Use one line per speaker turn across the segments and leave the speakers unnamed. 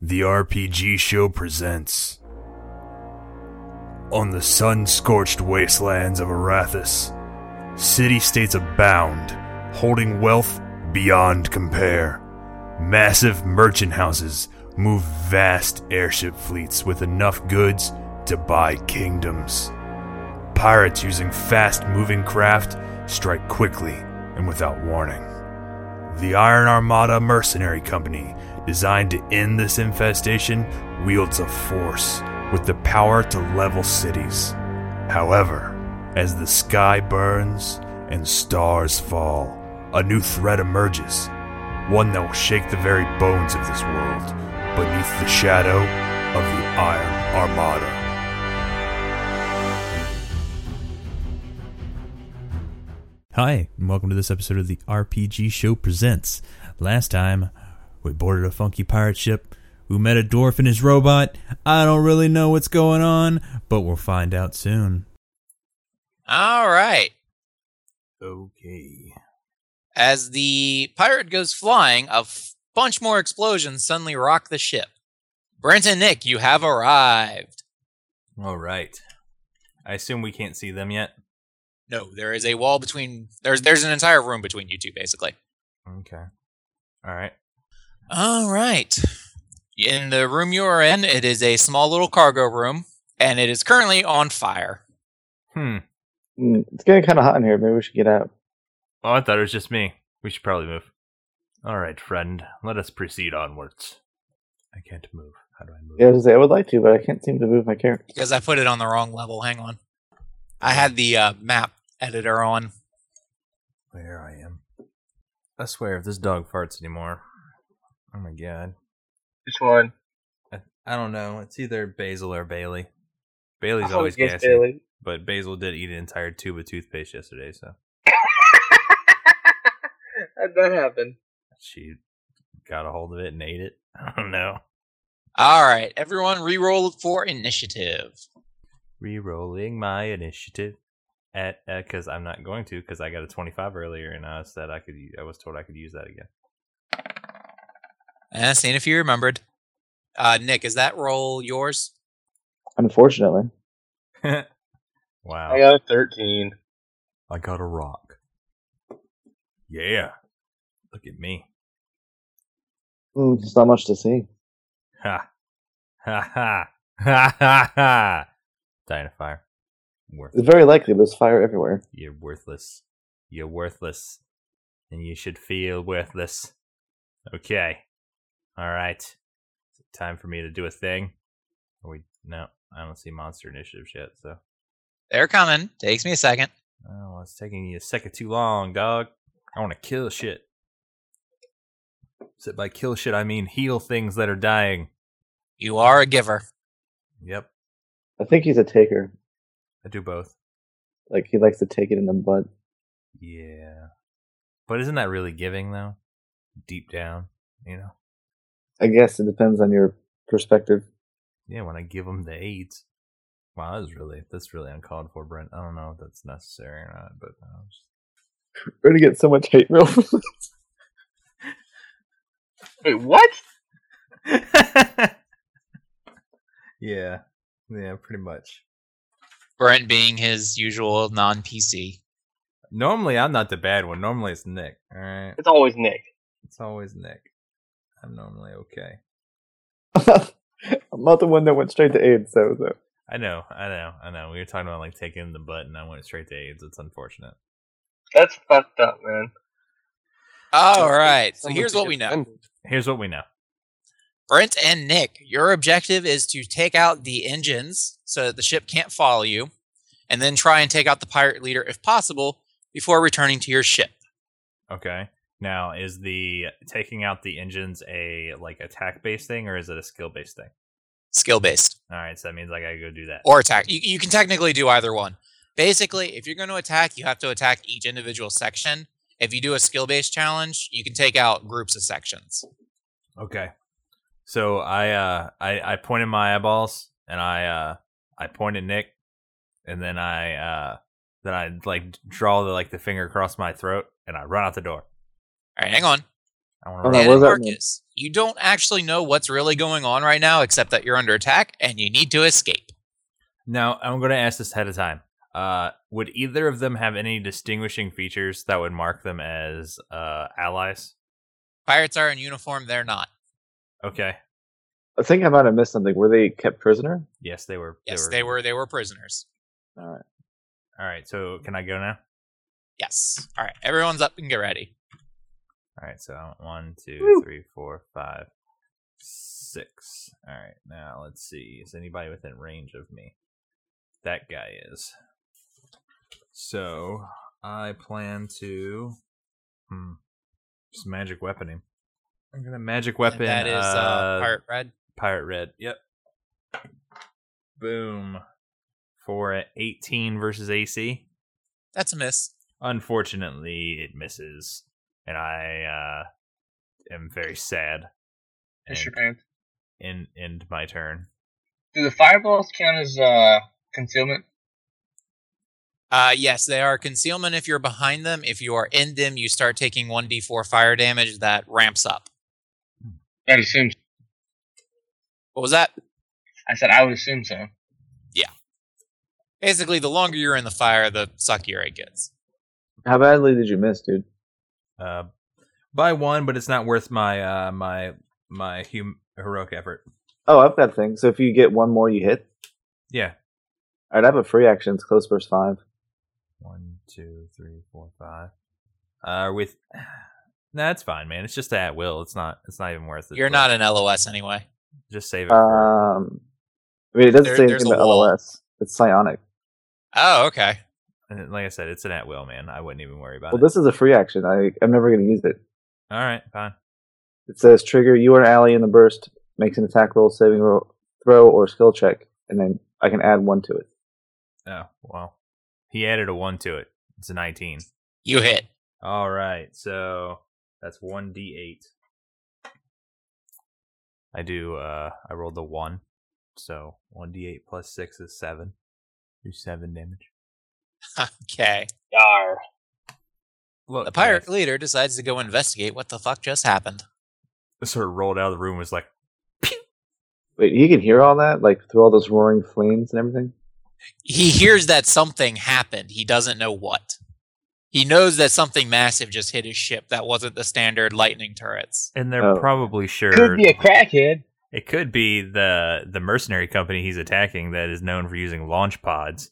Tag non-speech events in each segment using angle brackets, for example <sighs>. The RPG Show presents. On the sun scorched wastelands of Arathis, city states abound, holding wealth beyond compare. Massive merchant houses move vast airship fleets with enough goods to buy kingdoms. Pirates using fast moving craft strike quickly and without warning. The Iron Armada Mercenary Company, designed to end this infestation, wields a force with the power to level cities. However, as the sky burns and stars fall, a new threat emerges. One that will shake the very bones of this world beneath the shadow of the Iron Armada.
Hi, and welcome to this episode of the RPG Show Presents. Last time, we boarded a funky pirate ship. We met a dwarf and his robot. I don't really know what's going on, but we'll find out soon.
All right.
Okay.
As the pirate goes flying, a f- bunch more explosions suddenly rock the ship. Brent and Nick, you have arrived.
All right. I assume we can't see them yet.
No, there is a wall between. There's there's an entire room between you two, basically.
Okay. All right.
All right. In the room you are in, it is a small little cargo room, and it is currently on fire.
Hmm.
Mm, It's getting kind of hot in here. Maybe we should get out.
Oh, I thought it was just me. We should probably move. All right, friend. Let us proceed onwards. I can't move. How do I move?
Yeah, I was gonna say I would like to, but I can't seem to move my character.
Because I put it on the wrong level. Hang on. I had the uh, map editor on.
Where I am. I swear, if this dog farts anymore. Oh my god.
Which one?
I, I don't know. It's either Basil or Bailey. Bailey's
I
always
guess
gassy.
Bailey.
But Basil did eat an entire tube of toothpaste yesterday, so
<laughs> How'd that happen?
she got a hold of it and ate it. <laughs> I don't know.
All right, everyone, re-roll for initiative.
Rerolling my initiative at because I'm not going to because I got a 25 earlier and I said I could u- I was told I could use that again.
And seeing if you remembered. Uh, Nick, is that roll yours?
Unfortunately,
Wow,
I got a 13.
I got a rock. Yeah, look at me.
mm, there's not much to see.
Ha ha ha ha ha ha. Dying of fire. Worth
It's very likely there's fire everywhere.
you're worthless. You're worthless, and you should feel worthless. Okay, all right. Is it time for me to do a thing? Are we no. I don't see monster initiatives yet, so.
They're coming. Takes me a second.
Oh, well, it's taking you a second too long, dog. I want to kill shit. Said by kill shit, I mean heal things that are dying.
You are a giver.
Yep,
I think he's a taker.
I do both.
Like he likes to take it in the butt.
Yeah, but isn't that really giving though? Deep down, you know.
I guess it depends on your perspective.
Yeah, when I give them the AIDS. Wow, that's really that's really uncalled for, Brent. I don't know if that's necessary or not, but uh, just-
We're gonna get so much hate mail. <laughs> from this.
Wait, what?
um, <laughs> yeah, yeah, pretty much.
Brent being his usual non PC.
Normally, I'm not the bad one. Normally, it's Nick. All right.
It's always Nick.
It's always Nick. I'm normally okay.
I'm not the one that went straight to AIDS, so, so.
I know, I know, I know. We were talking about like taking the butt, and I went straight to AIDS. It's unfortunate.
That's fucked up, man.
All right. So here's what we know
Here's what we know.
Brent and Nick, your objective is to take out the engines so that the ship can't follow you, and then try and take out the pirate leader if possible before returning to your ship.
Okay. Now, is the taking out the engines a like attack based thing, or is it a skill based thing?
Skill based.
All right, so that means I gotta go do that.
or attack. You, you can technically do either one. Basically, if you're going to attack, you have to attack each individual section. If you do a skill based challenge, you can take out groups of sections.
Okay. So I uh I, I pointed my eyeballs and I uh I point at Nick and then I uh then I like draw the like the finger across my throat and I run out the door.
All right, hang on.
I want
Oh,
to.
no,
roll.
what does
and
that mean?
Marcus, you don't actually know what's really going on right now, except that you're under attack and you need to escape.
Now I'm going to ask this ahead of time. Uh, would either of them have any distinguishing features that would mark them as uh, allies?
Pirates are in uniform; they're not.
Okay.
I think I might have missed something. Were they kept prisoner?
Yes, they were.
Yes, they were. They were prisoners.
All right.
All right. So can I go now?
Yes. All right, everyone's up and get ready.
All right, so one, two,
Woo.
three, four, five, six. All right, now let's see. Is anybody within range of me? That guy is. So I plan to. Hmm. Just magic weapon him. I'm gonna magic weapon.
And that is uh, pirate red.
Pirate Red. Yep. Boom. For a 18 versus AC.
That's a miss.
Unfortunately, it misses, and I uh, am very sad.
Fish your
And
pants.
end, end my turn.
Do the fireballs count as uh concealment?
Uh, yes, they are concealment if you're behind them. If you are in them, you start taking 1d4 fire damage that ramps up.
I'd assume.
What was that?
I said I would assume so.
Basically, the longer you're in the fire, the suckier it gets.
How badly did you miss, dude?
Uh, by one, but it's not worth my uh, my my hum- heroic effort.
Oh, I've got things. So if you get one more, you hit.
Yeah.
All right, I have a free action. It's close versus five.
One, two, three, four, five. Uh, with. <sighs> Nah, that's fine, man. It's just at will. It's not. It's not even worth it.
You're
but
not an LOS anyway.
Just save it. for- uh,
Um, I mean, it doesn't
There-
say
there's
anything
a
about
wall.
LOS. It's psionic.
Oh, okay.
And like I said, it's an at will, man. I wouldn't even worry about
Well,
it.
this is a free action. I, I'm never going to use it.
All right, fine.
It says trigger you or an ally in the burst makes an attack roll, saving roll, throw, or skill check, and then I can add one to it.
Oh well, he added a one to it. It's a nineteen.
You hit.
All right, so that's one d eight. I do. uh I rolled a one, so one d eight plus six is seven. Do seven damage.
Okay.
Yar.
Look,
The pirate leader decides to go investigate what the fuck just happened.
guys, <laughs> sort of rolled out of the room. Was like,
Wait, he can hear all that, like through all those roaring flames and everything.
He hears that something happened. He doesn't know what. He knows that something massive just hit his ship that wasn't the standard lightning turrets.
and they're
Oh.
probably sure
Could be a crackhead.
it could be the the mercenary company he's attacking that is known for using launch pods,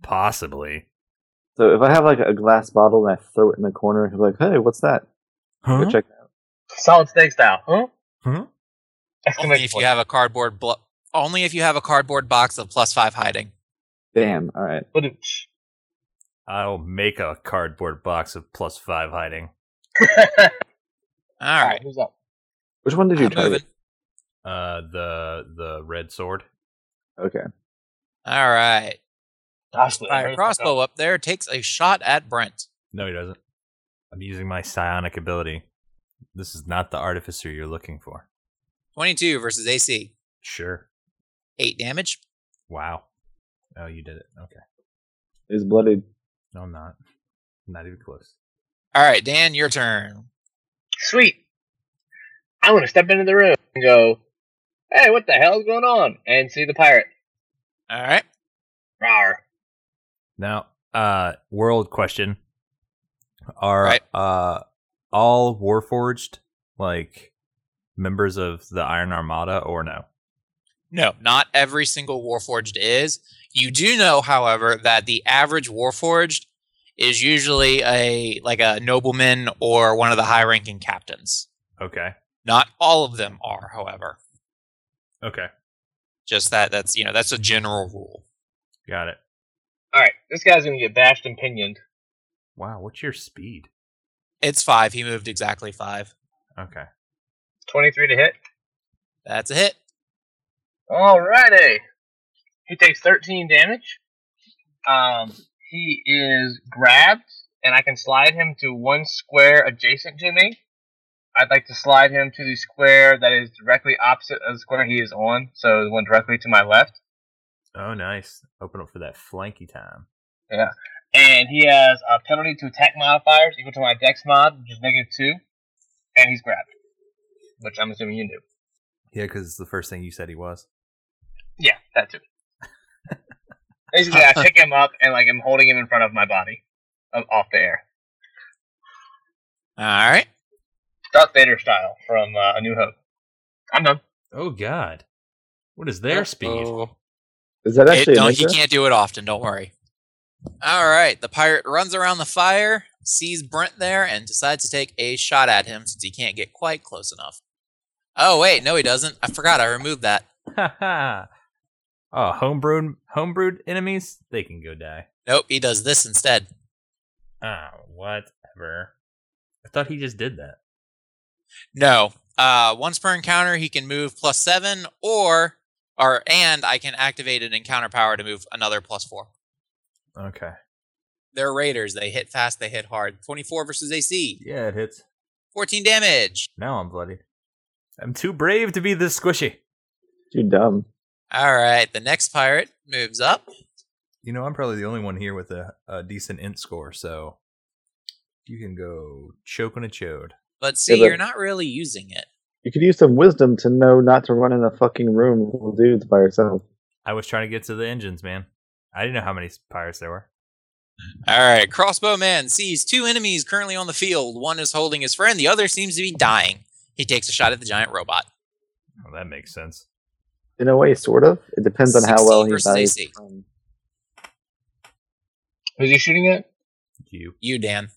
possibly.
So if I have like a glass bottle and I throw it in the corner, he's like, "Hey, what's that?" Go check that out.
Solid snake style, huh?
Huh?
Only
Exclamation
if you
point.
have a cardboard blo- only if you have a cardboard box of plus five hiding.
Damn. All right.
<laughs>
Badooch.
I'll make a cardboard box of plus five hiding.
All right.
Who's up?
Which one did you
I'm
try?
moving.
Uh, the the red sword.
Okay.
All right.
Gosh,
Fire crossbow up there takes a shot at Brent.
No, he doesn't. I'm using my psionic ability. This is not the artificer you're looking for.
Twenty-two versus AC.
Sure.
Eight damage.
Wow. Oh, you did it. Okay.
Is blooded.
No, I'm not. Not even close.
All right, Dan, your turn.
Sweet. I'm gonna step into the room and go, "Hey, what the hell's going on?" And see the pirate.
All right.
Rawr.
Now, uh, world question: Are
Right.
uh all Warforged like members of the Iron Armada or no?
No, not every single Warforged is. You do know, however, that the average Warforged is usually a like a nobleman or one of the high-ranking captains.
Okay.
Not all of them are, however.
Okay.
Just that that's you know that's a general rule.
Got it.
All right, this guy's gonna get bashed and pinioned.
Wow. What's your speed?
It's five. He moved exactly five.
Okay.
Twenty-three to hit.
That's a hit.
Alrighty. He takes 13 damage. Um, he is grabbed, and I can slide him to one square adjacent to me. I'd like to slide him to the square that is directly opposite of the square he is on, so the one directly to my left.
Oh, nice. Open up for that flanky time.
And he has a penalty to attack modifiers equal to my dex mod, which is negative two. and he's grabbed, which I'm assuming you knew.
Yeah, because it's the first thing you said he was.
Yeah, that too. <laughs> Basically, I pick him up and like I'm holding him in front of my body, of- off the air,
All right.
Darth Vader style from uh, A New Hope. I'm done.
Oh God, what is their <laughs> speed?
Uh-oh.
Is that
It,
actually
don't, he
Anika?
can't do it often. Don't worry. All right. The pirate runs around the fire, sees Brent there, and decides to take a shot at him since he can't get quite close enough. Oh wait, no, he doesn't. I forgot. I removed that.
Ha ha! Oh, homebrewed homebrewed enemies, they can go die.
Nope, he does this instead.
Ah, whatever. I thought he just did that.
No. Uh, once per encounter, he can move plus seven, or or and I can activate an encounter power to move another plus four.
Okay.
They're raiders. They hit fast. They hit hard. Twenty-four versus AC.
Yeah, it hits.
Fourteen damage.
Now I'm bloody. I'm too brave to be this squishy.
Too dumb.
All right. The next pirate moves up.
You know, I'm probably the only one here with a, a decent int score, so you can go choke on a chode.
But see,
but-
you're not really using it.
You could use some wisdom to know not to run in a fucking room full of dudes by yourself.
I was trying to get to the engines, man. I didn't know how many pirates there were.
All right. Crossbowman sees two enemies currently on the field. One is holding his friend. The other seems to be dying. He takes a shot at the giant robot.
Well, Oh, that makes sense.
In a way, sort of. It depends on how well
16
he
versus
values.
AC.
um,
Who's he shooting at?
You.
You, Dan.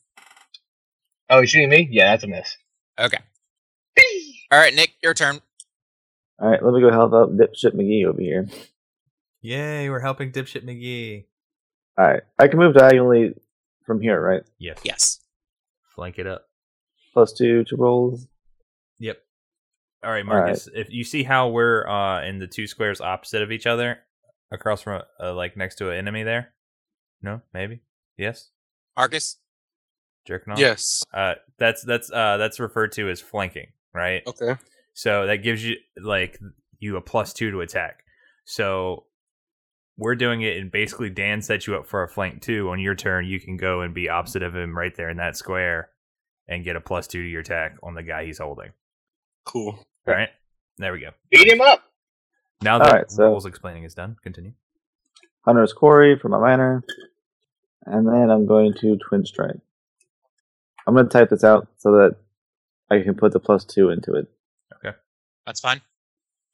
Oh, he's shooting me. Yeah, that's a miss.
Okay. All right, Nick, your turn.
All right, let me go help out Dipshit McGee over here.
Yay, we're helping Dipshit McGee.
All right, I can move diagonally from here, right?
Yes.
Yes.
Flank it up.
Plus two to rolls.
Yep. All right,
All right.
Marcus. If you see how we're uh, in the two squares opposite of each other, across from a, uh, like next to an enemy there. No, maybe. Yes.
Marcus?
Jerking off.
Yes.
Uh, that's that's uh, that's referred to as flanking, right?
Okay.
So that gives you like you a plus two to attack. So we're doing it, and basically Dan sets you up for a flank two. On your turn, you can go and be opposite of him right there in that square, and get a plus two to your attack on the guy he's holding.
Cool.
All right, there we go.
Beat him up.
Now that
All right, so-
rules explaining is done, continue.
Hunter's Quarry for my minor. And then I'm going to Twin Strike. I'm going to type this out so that I can put the plus two into it.
That's fine.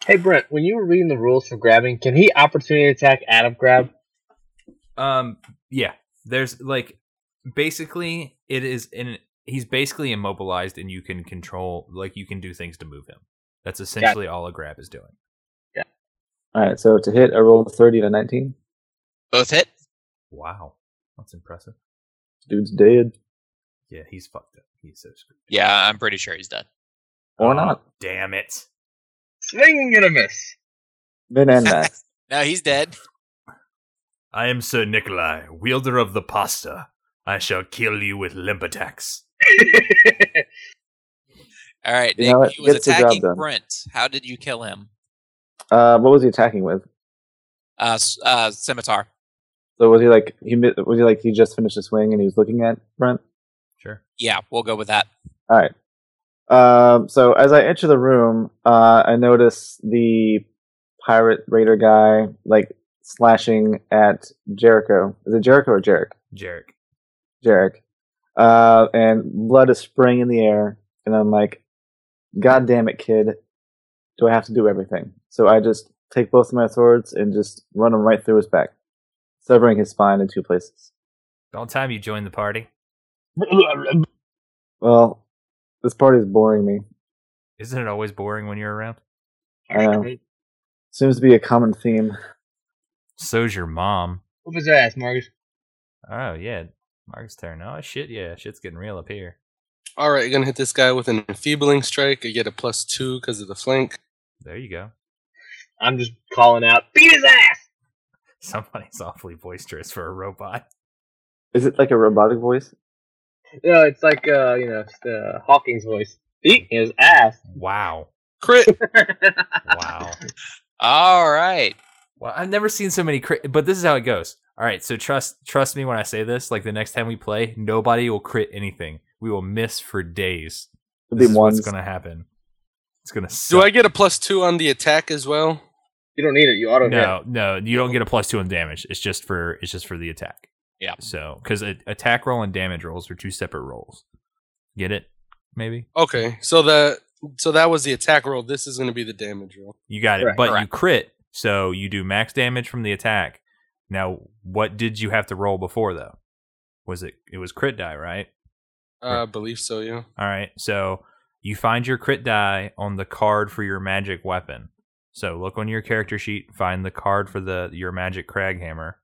Hey Brent, when you were reading the rules for grabbing, can he opportunity attack out of grab?
Um, yeah, there's like basically it is in he's basically immobilized, and you can control like you can do things to move him. That's essentially all a grab is doing.
All right, so to hit, I rolled 30 and a 19.
Both hit.
Wow, that's impressive.
Dude's dead.
Yeah, he's fucked up. He's so screwed.
Yeah, I'm pretty sure he's dead.
Or
Oh,
not.
Damn it.
Swing and a <laughs> miss.
<laughs>
Min and max.
No, he's dead.
I am Sir Nikolai, wielder of the pasta. I shall kill you with limp attacks.
All right,
You
Nick,
know what?
he was
Gets the job
attacking
done.
Brent. How did you kill him?
Uh, what was he attacking with?
Uh, s- uh, scimitar.
So was he like he mi- was he like he just finished a swing and he was looking at Brent?
Sure.
Yeah, we'll go with that.
All right. Um, so as I enter the room, uh, I notice the pirate raider guy like slashing at Jericho. Is it Jericho or Jarek?
Jarek.
Jarek. Uh, and blood is spraying in the air, and I'm like, "God damn it, kid! Do I have to do everything?" So I just take both of my swords and just run them right through his back, severing his spine in two places.
About time you joined the party.
Well, this party is boring me.
Isn't it always boring when you're around?
I know.
Um,
Seems to be a common theme.
So's your mom.
Whoop his ass, Marcus.
Oh, yeah. Mark's turn. Oh, shit, yeah. Shit's getting real up here.
All right, you're gonna hit this guy with an enfeebling strike. I get a plus two because of the flank.
There you go. <laughs>
I'm just calling out, beat his ass.
Somebody's awfully boisterous for a robot.
Is it like a robotic voice?
No, it's like uh, you know, it's the Hawking's voice. Beat his ass.
Wow.
Crit.
Wow.
All right.
Well, I've never seen so many, crit, but this is how it goes. All right, so trust trust me when I say this. Like the next time we play, nobody will crit anything. We will miss for days.
It'd
This
be
is
ones.
what's gonna happen. It's gonna suck.
Do I get a plus two on the attack as well?
You don't need it. You auto hit.
No, no, you don't get a plus two on damage. It's just for it's just for the attack.
Yeah.
So because attack roll and damage rolls are two separate rolls. Get it? Maybe
Okay, so the so that was the attack roll. This is going to be the damage roll.
you got it,
Correct.
but you
Correct.
crit, so you do max damage from the attack. Now, what did you have to roll before though? Was it it was crit die, right?
Uh, I believe so. Yeah.
All right. So you find your crit die on the card for your magic weapon. So look on your character sheet, find the card for the your magic crag hammer,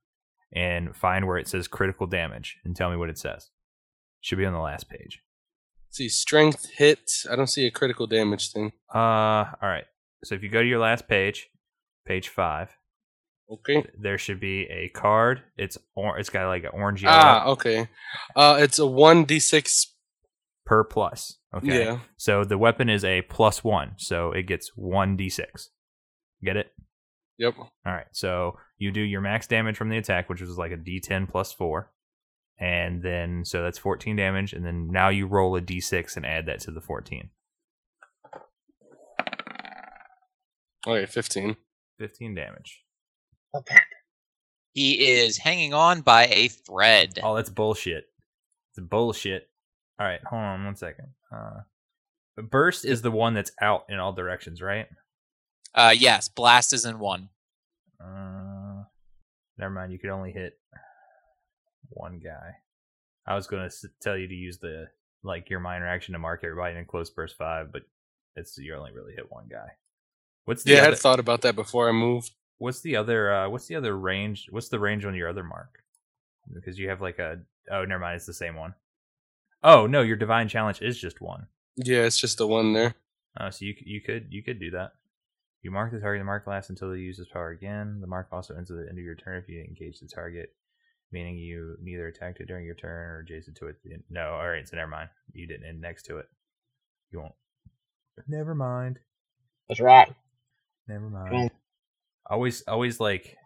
and find where it says critical damage, and tell me what it says. Should be on the last page.
See, strength hit. I don't see a critical damage thing.
Uh, all right. So if you go to your last page, page five,
Okay.
there should be a card. It's or it's got like an orange yellow
Ah, okay. Uh, it's a one d six.
per plus. Okay.
Yeah.
So the weapon is a plus one, so it gets one d six. Get it?
Yep.
All right. So you do your max damage from the attack, which was like a d10 plus 4. And then, so that's 14 damage. And then now you roll a d6 and add that to the 14.
Okay, fifteen.
15 damage.
He is hanging on by a thread.
Oh, that's bullshit. It's bullshit. All right. Hold on one second. Uh, burst is the one that's out in all directions, right?
Uh, yes, blast is in one.
Uh, never mind. You could only hit one guy. I was going to tell you to use the like your minor action to mark everybody in close burst five, but it's you only really hit one guy. What's the
Yeah, I
other,
had thought about that before I moved.
what's the other uh, what's the other range? What's the range on your other mark? Because you have like a oh, never mind. It's the same one. Oh no, your divine challenge is just one.
Yeah, it's just the one there.
Uh, so you c- you could you could do that. You mark the target. The mark lasts until they use this power again. The mark also ends at the end of your turn if you engage the target, meaning you neither attacked it during your turn or adjacent to it. at the end- No, all right. So never mind. You didn't end next to it. You won't. Never mind.
That's right.
Never
Mm.
mind. Always always like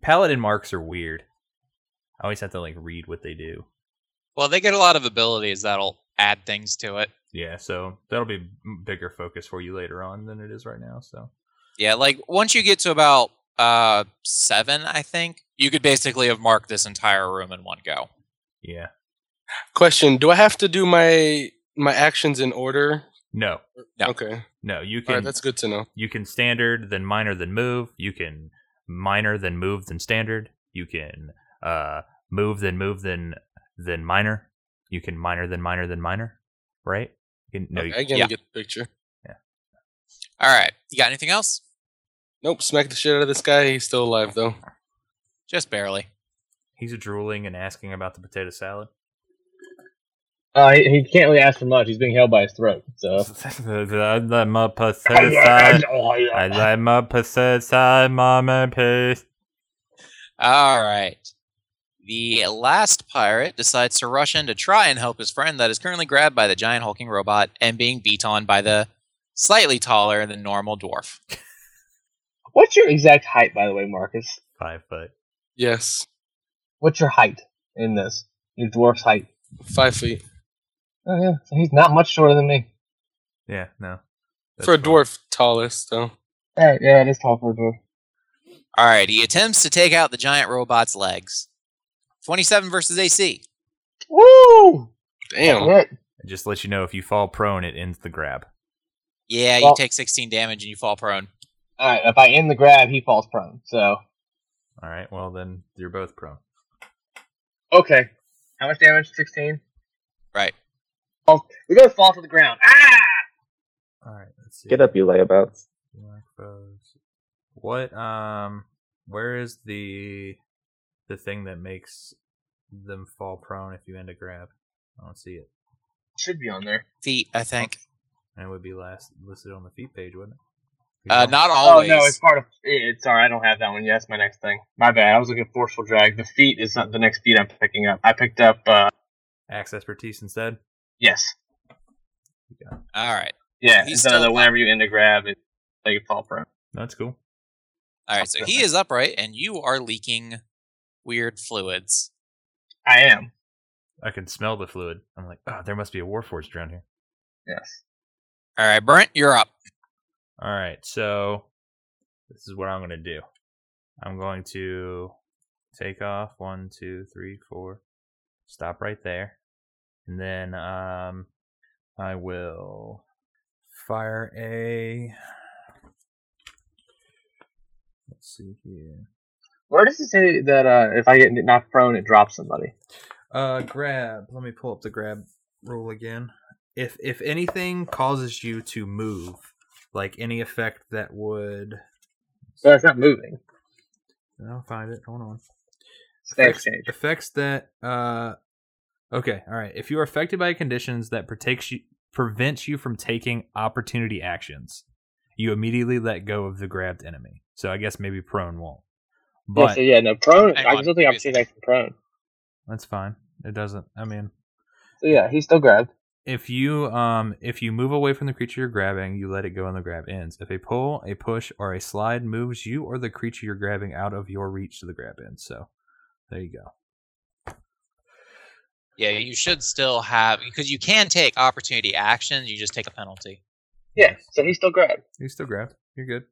paladin marks are weird. I always have to like read what they do.
Well, they get a lot of abilities that'll add things to it.
Yeah, so that'll be m- bigger focus for you later on than it is right now. So
Yeah, like once you get to about uh seven, I think you could basically have marked this entire room in one go.
yeah,
Question: Do I have to do my my actions in order?
no,
No.
Okay.
no, you
All
can
right, that's good to know.
you can standard then minor then move you can minor then move then standard you can uh move then move then then minor you can minor then minor then minor right you can, no
Okay,
you-
I can
yeah.
get the picture.
All right, you got anything else?
Nope. Smack the shit out of this guy. He's still alive though.
Just barely.
he's drooling and asking about the potato salad
Uh, he, he can't really ask for much. He's being held by his throat.
<laughs>
So.
I like my
<laughs>
potato salad I like my potato salad mama please
All right. The last pirate decides to rush in to try and help his friend that is currently grabbed by the giant hulking robot and being beat on by the slightly taller than normal dwarf.
What's your exact height, by the way, Marcus?
five foot
Yes.
What's your height in this? Your dwarf's height.
Five feet
Oh yeah, so he's not much shorter than me.
yeah no That's
for a
fine.
dwarf, tallest though.
All right, yeah, it is tall for a dwarf.
All right, he attempts to take out the giant robot's legs. 27 versus AC.
Woo!
Damn.
Yeah.
just let you know if you fall prone it ends the grab
Yeah, you
Well-
take 16 damage and you fall prone.
All right, if I end the grab, he falls prone. So
all right well then you're both prone
okay, how much damage? Sixteen.
Right.
Oh, we both fall to the ground. Ah!
all right let's see
Get up, you layabouts.
Black Rose. What um where is the the thing that makes them fall prone if you end a grab? I don't see it.
Should be on there.
Feet, I think.
And it would be last listed on the feet page, wouldn't it?
Uh,
You know?
not always.
Oh no, it's part of. eh, It's sorry, I don't have that one. Yeah, that's my next thing. My bad. I was looking at forceful drag. The feet is not the next feet I'm picking up. I picked up. uh
axe expertise instead.
Yes.
All right.
Yeah.
He's
instead of
still
the whenever you end the grab, it they fall prone.
That's cool.
All right. So he is upright and you are leaking weird fluids.
I am.
"Ah, I can smell the fluid. I'm like, oh, there must be a warforged around here.
Yes.
All right, Brent, you're up.
All right, so this is what I'm going to do. I'm going to take off one, two, three, four. Stop right there, and then um, I will fire a. Let's see here.
Where does it say that uh, if I get knocked prone, it drops somebody?
Uh, grab. Let me pull up the grab rule again. If if anything causes you to move, like any effect that would,
Well, it's not moving.
I'll find it. Hold on.
Status change.
Effects that. Uh, okay. All right. If you are affected by conditions that protects you, prevents you from taking opportunity actions, you immediately let go of the grabbed enemy. So I guess maybe prone won't. But
yeah, so yeah, no prone.
Hang
I
on.
can still think I'm seeing like prone.
that's fine. It doesn't. I mean,
So yeah, he's still grabbed.
if you um if you move away from the creature you're grabbing, you let it go and the grab ends. If a pull, a push, or a slide moves you or the creature you're grabbing out of your reach, to the grab ends. So there you go.
Yeah, you should still have because you can take opportunity actions. You just take a penalty.
Yeah, so he's still grabbed.
You still grabbed. You're good.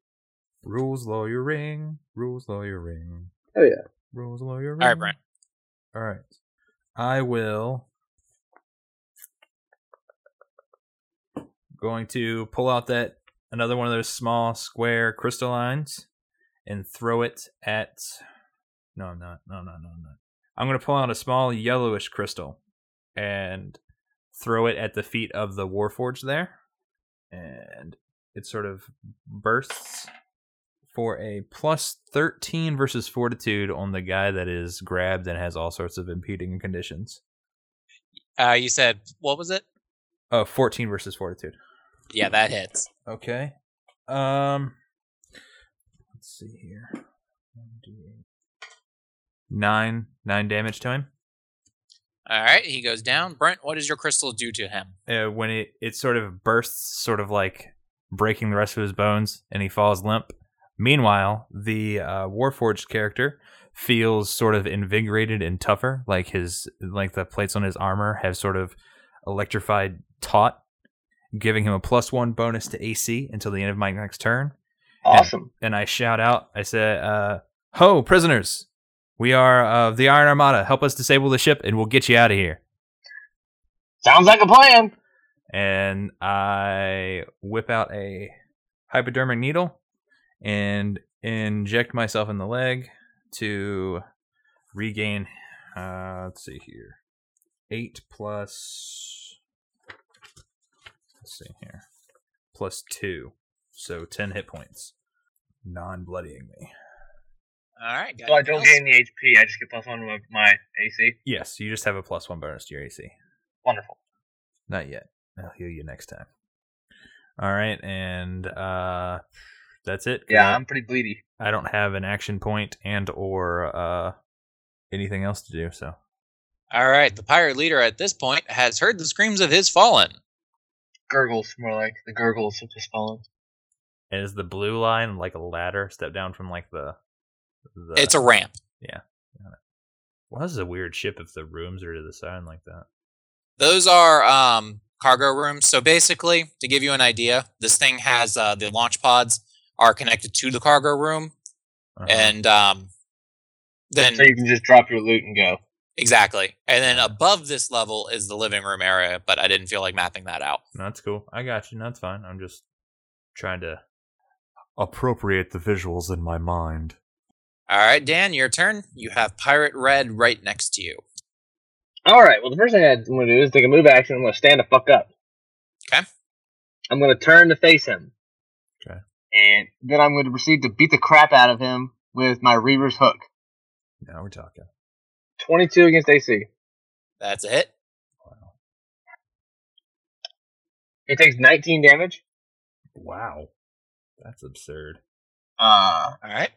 Rules lawyering. Rules lawyering.
Oh, yeah.
Rules lawyering.
All right, Brent.
All right. I will. Going to pull out that another one of those small square crystallines and throw it at. No, I'm not. No, no, no, I'm not. I'm going to pull out a small yellowish crystal and throw it at the feet of the Warforged there. And it sort of bursts for a plus 13 versus fortitude on the guy that is grabbed and has all sorts of impeding conditions.
Uh, you said what was it?
Oh, 14 versus fortitude.
Yeah, that hits.
Okay. Um let's see here. 1d8. 9 9 damage to him.
All right, he goes down. Brent, what does your crystal do to him?
uh, when it, it sort of bursts, sort of like breaking the rest of his bones, and he falls limp. Meanwhile, the uh, Warforged character feels sort of invigorated and tougher, like his like the plates on his armor have sort of electrified taut, giving him a plus one bonus to AC until the end of my next turn
Awesome.
and I shout out. I said, uh, "Ho, prisoners! We are of the Iron Armada. Help us disable the ship, and we'll get you out of here."
Sounds like a plan.
and I whip out a hypodermic needle and inject myself in the leg to regain. Uh, let's see here, eight plus. Let's see here, plus two, so ten hit points, non-bloodying me.
All right, got
Well, I
anything
don't
else?
gain the HP. I just get plus one to my, my AC.
Yes, you just have a plus one bonus to your AC.
Wonderful.
Not yet. I'll heal you next time. All right, and uh, that's it. 'cause
Yeah, I'm pretty bleedy.
I don't have an action point and or uh anything else to do, so
All right, the pirate leader at this point has heard the screams of his fallen.
Gurgles, more like the gurgles of this fallen.
is the blue line like a ladder step down from like the, the
It's a ramp.
Well, this is a weird ship if the rooms are to the side like that.
Those are um, cargo rooms. So basically, to give you an idea, this thing has uh, the launch pods are connected to the cargo room,
Uh-huh.
and um, then
So you can just drop your loot and go.
exactly, and then above this level is the living room area. But I didn't feel like mapping that out.
No, that's cool. I got you. No, That's fine. I'm just trying to appropriate the visuals in my mind.
All right, Dan, your turn. You have Pirate Red right next to you.
All right. Well, the first thing I'm going to do is take a move action. I'm going to stand the fuck up.
Okay.
I'm going to turn to face him.
Okay.
And then I'm going to proceed to beat the crap out of him with my Reaver's hook.
Now we're talking.
22 against AC.
That's a hit.
Wow.
It takes 19 damage.
Wow. That's absurd.
Uh,
All right.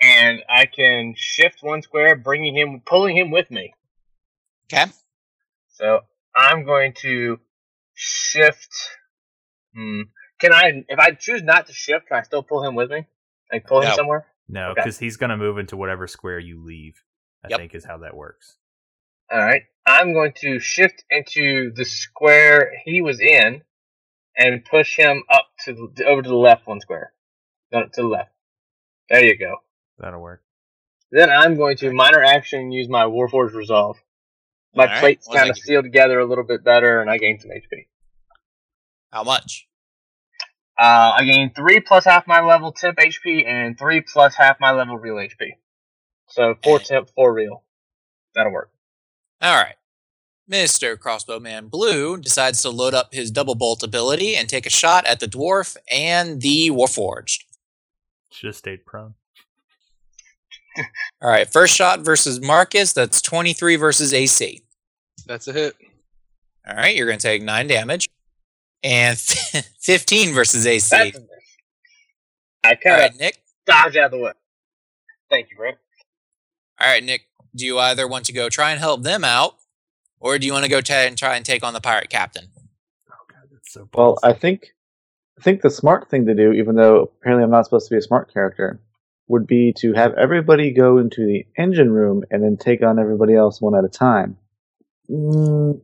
and I can shift one square, bringing him, pulling him with me.
Okay.
So I'm going to shift. Hmm. Can I, if I choose not to shift, can I still pull him with me? Like pull him
No.
somewhere?
No,
Okay.
because he's gonna move into whatever square you leave. I
Yep.
think is how that works.
All right. I'm going to shift into the square he was in, and push him up to the, over to the left one square. No, to the left. There you go.
That'll work.
Then I'm going to minor action and use my Warforged Resolve. My
All right.
plates
Well,
kind of
thank you.
seal together a little bit better, and I gain some HP.
How much?
Uh, I gain three plus half my level temp HP and three plus half my level real HP. So <sighs> four temp, four real. That'll work.
All right. Mr. Crossbowman Blue decides to load up his double bolt ability and take a shot at the dwarf and the warforged.
Should have stayed prone.
All right, first shot versus Marcus. That's 23 versus AC.
That's a hit.
All right, you're going to take nine damage. And <laughs> 15 versus AC.
That's I
All
kind of
right, Nick.
dodge out of the way. Thank you, bro.
All right, Nick. Do you either want to go try and help them out, or do you want to go ta- and try and take on the pirate captain?
That's so
Well,
ballsy.
I think I think the smart thing to do, even though apparently I'm not supposed to be a smart character, would be to have everybody go into the engine room and then take on everybody else one at a time. Mm,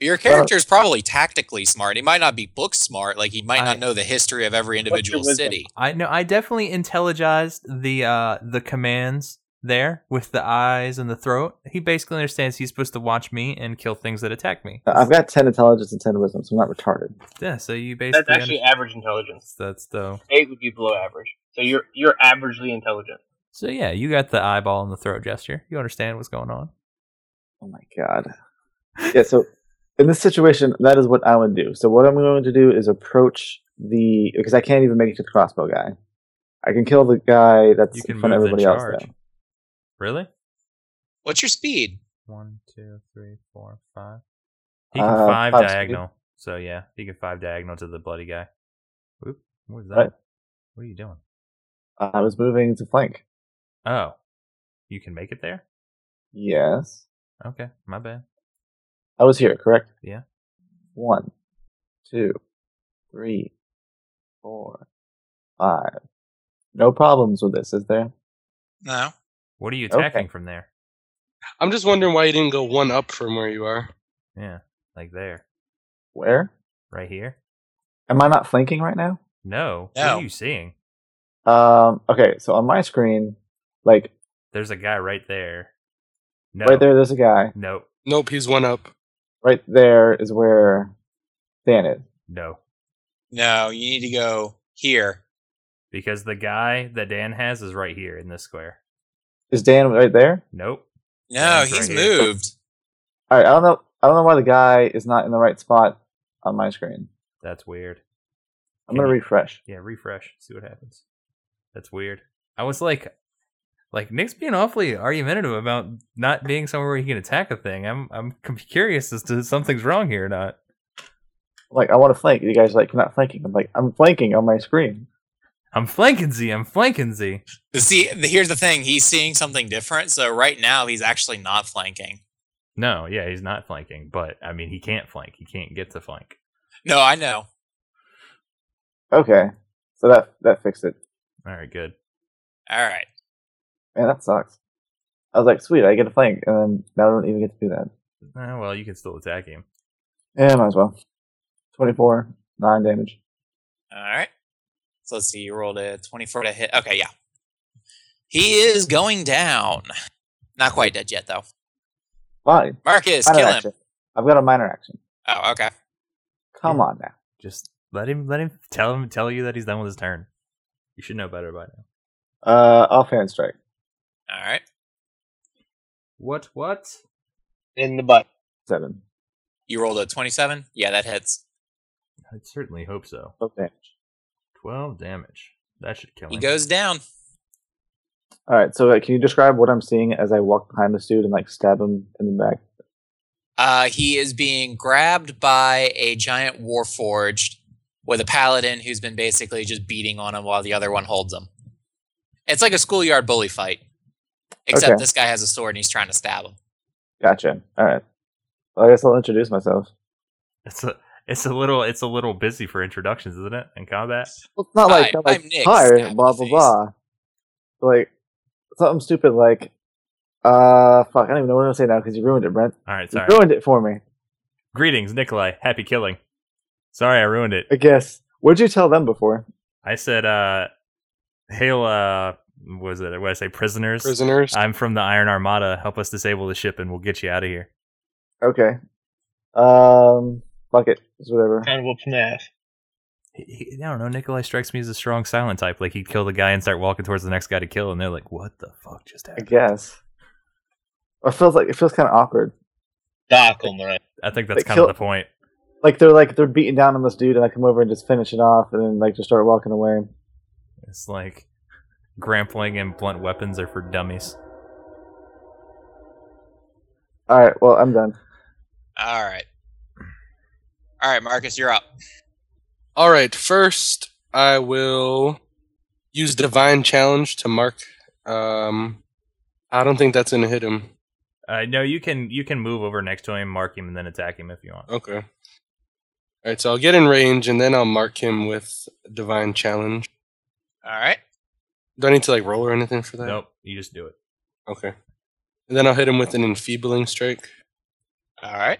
Your character is probably tactically smart. He might not be book smart. Like he might not
I-
know the history of every
your
individual
wisdom?
city.
I know I definitely intelligized the uh the commands there with the eyes and the throat. He basically understands he's supposed to watch me and kill things that attack me.
I've got ten intelligence and ten wisdom, so I'm not retarded.
yeah, so you
That's
basically
actually
under-
average intelligence.
that's the
Eight would be below average. So you're you're averagely intelligent.
So yeah, you got the eyeball and the throat gesture. You understand what's going on.
Oh my god. Yeah, so in this situation, that is what I would do. So what I'm going to do is approach the because I can't even make it to the crossbow guy. I can kill the guy that's
You
in
can
front
move
of
the
everybody else.
charge.
Though.
Really?
What's your speed?
One, two, three, four, five. He can
Uh,
five,
five
diagonal. So yeah, he can five diagonal to the bloody guy. Oop, what was that?
Right.
What are you doing?
I was moving to flank.
Oh, you can make it there.
Yes,
Okay, my bad.
I was here. Correct.
Yeah.
One, two, three, four, five. No problems with this, is there?
No.
What are you
Okay.
attacking from there?
I'm just wondering why you didn't go one up from where you are.
Yeah, like there,
Where?
right here.
Am I not flanking right now?
No, what
No.
are you seeing?
Um. Okay. So on my screen, like
There's a guy right there. No,
right there, there's a guy.
No,
Nope, he's one up.
right there is where Dan is.
no,
No, you need to go here.
because the guy that Dan has is right here in this square.
Is Dan right there?
Nope.
No,
Dan's
he's
right here.
moved.
All right, I don't know. I don't know why the guy is not in the right spot on my screen.
That's weird.
I'm gonna
Can you-
refresh.
Yeah, refresh. See what happens. That's weird. I was like, like Nick's being awfully argumentative about not being somewhere where he can attack a thing. I'm, I'm c- curious as to if something's wrong here or not.
Like, I want to flank. You guys are like, you're not flanking. I'm like, I'm flanking on my screen.
I'm flanking Z. I'm flanking Z.
See, the- here's the thing. He's seeing something different. So right now, he's actually not flanking.
No, yeah, he's not flanking, but I mean, he can't flank. He can't get to flank.
No, I know.
Okay, so that that fixed it.
All right, good.
All right.
Man, that sucks. I was like, sweet, I get to flank, and then now I don't even get to do that.
Uh, well, you can still attack him.
Yeah, might as well. Twenty-four, nine damage.
All right. So let's see. You rolled a 24 to hit. Okay, yeah. He is going down. Not quite dead yet, though.
Fine.
Marcus,
Minor
kill him.
action. I've got a minor action.
Oh, okay.
Come
Yeah.
on now.
Just let him, let him tell him, tell you that he's done with his turn. You should know better by now.
Uh, offhand strike.
All right.
What? What?
In the butt.
Seven.
You rolled a 27? Yeah, that hits.
I certainly hope so.
Both damage.
Twelve damage. That should kill him.
He goes down.
All right, so uh, can you describe what I'm seeing as I walk behind this dude and like stab him in the back?
Uh, he is being grabbed by a giant warforged with a paladin who's been basically just beating on him while the other one holds him. It's like a schoolyard bully fight, except
Okay.
this guy has a sword and he's trying to stab him.
Gotcha. All right. Well, I guess I'll introduce myself.
It's a it's a little it's a little busy for introductions, isn't it? In combat,
Well, it's not like
Hi,
I'm like,
I'm Nick, stab
hi,
in
blah
the
blah
face.
blah. Like something stupid like, uh, fuck, I don't even know what I'm gonna say now because you ruined it, Brent.
all right.
You
Sorry.
ruined it for me.
Greetings, Nikolai. Happy killing. Sorry, I ruined it.
I guess. What'd you tell them before?
I said, uh, hail, uh, what was it? What did I say? Prisoners?
Prisoners.
I'm from the Iron Armada. Help us disable the ship and we'll get you out of here.
Okay. Um, fuck it. It's whatever.
And whoop some ass.
He, he- I don't know. Nikolai strikes me as a strong silent type. Like, he'd kill the guy and start walking towards the next guy to kill, and they're like, what the fuck just
I
happened?
guess. It feels like it feels kind of awkward.
Doc on the right.
I think that's
Like,
kind
kill-
of the point.
Like they're like they're beating down on this dude, and I come over and just finish it off, and then like just start walking away.
It's like grappling and blunt weapons are for dummies.
All right. Well, I'm done.
All right. All right, Marcus, you're up.
All right, first I will use Divine Challenge to mark. Um, I don't think that's gonna hit him.
Uh, no, you can you can move over next to him, mark him, and then attack him if you want.
Okay. All right, so I'll get in range and then I'll mark him with Divine Challenge.
All right.
Do I need to like roll or anything for that?
Nope, you just do it.
Okay. And then I'll hit him with an enfeebling strike.
All right.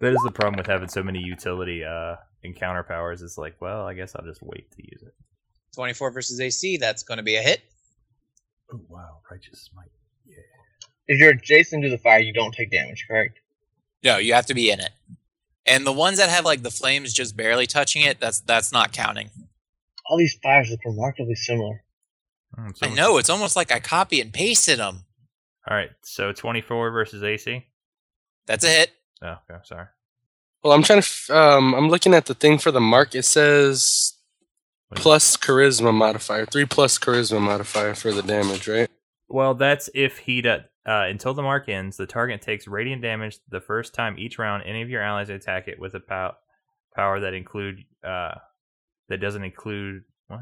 That is the problem with having so many utility uh, encounter powers. It's like, well, I guess I'll just wait to use it.
24 versus AC, that's going to be a hit.
Oh wow, righteous might.
If you're adjacent to the fire, you don't take damage, correct?
No, you have to be in it. And the ones that have like the flames just barely touching it, that's that's not counting.
All these fires look remarkably similar.
Mm, so
I know it's almost like I copy and pasted them.
All right, so twenty four versus AC.
That's a hit.
Oh, okay, sorry.
Well, I'm trying to. F- um, I'm looking at the thing for the mark. It says
What is it?
plus charisma modifier, three plus charisma modifier for the damage, right?
Well, that's if he does. Uh, until the mark ends, the target takes radiant damage the first time each round any of your allies attack it with a pow- power that include uh, that doesn't include what?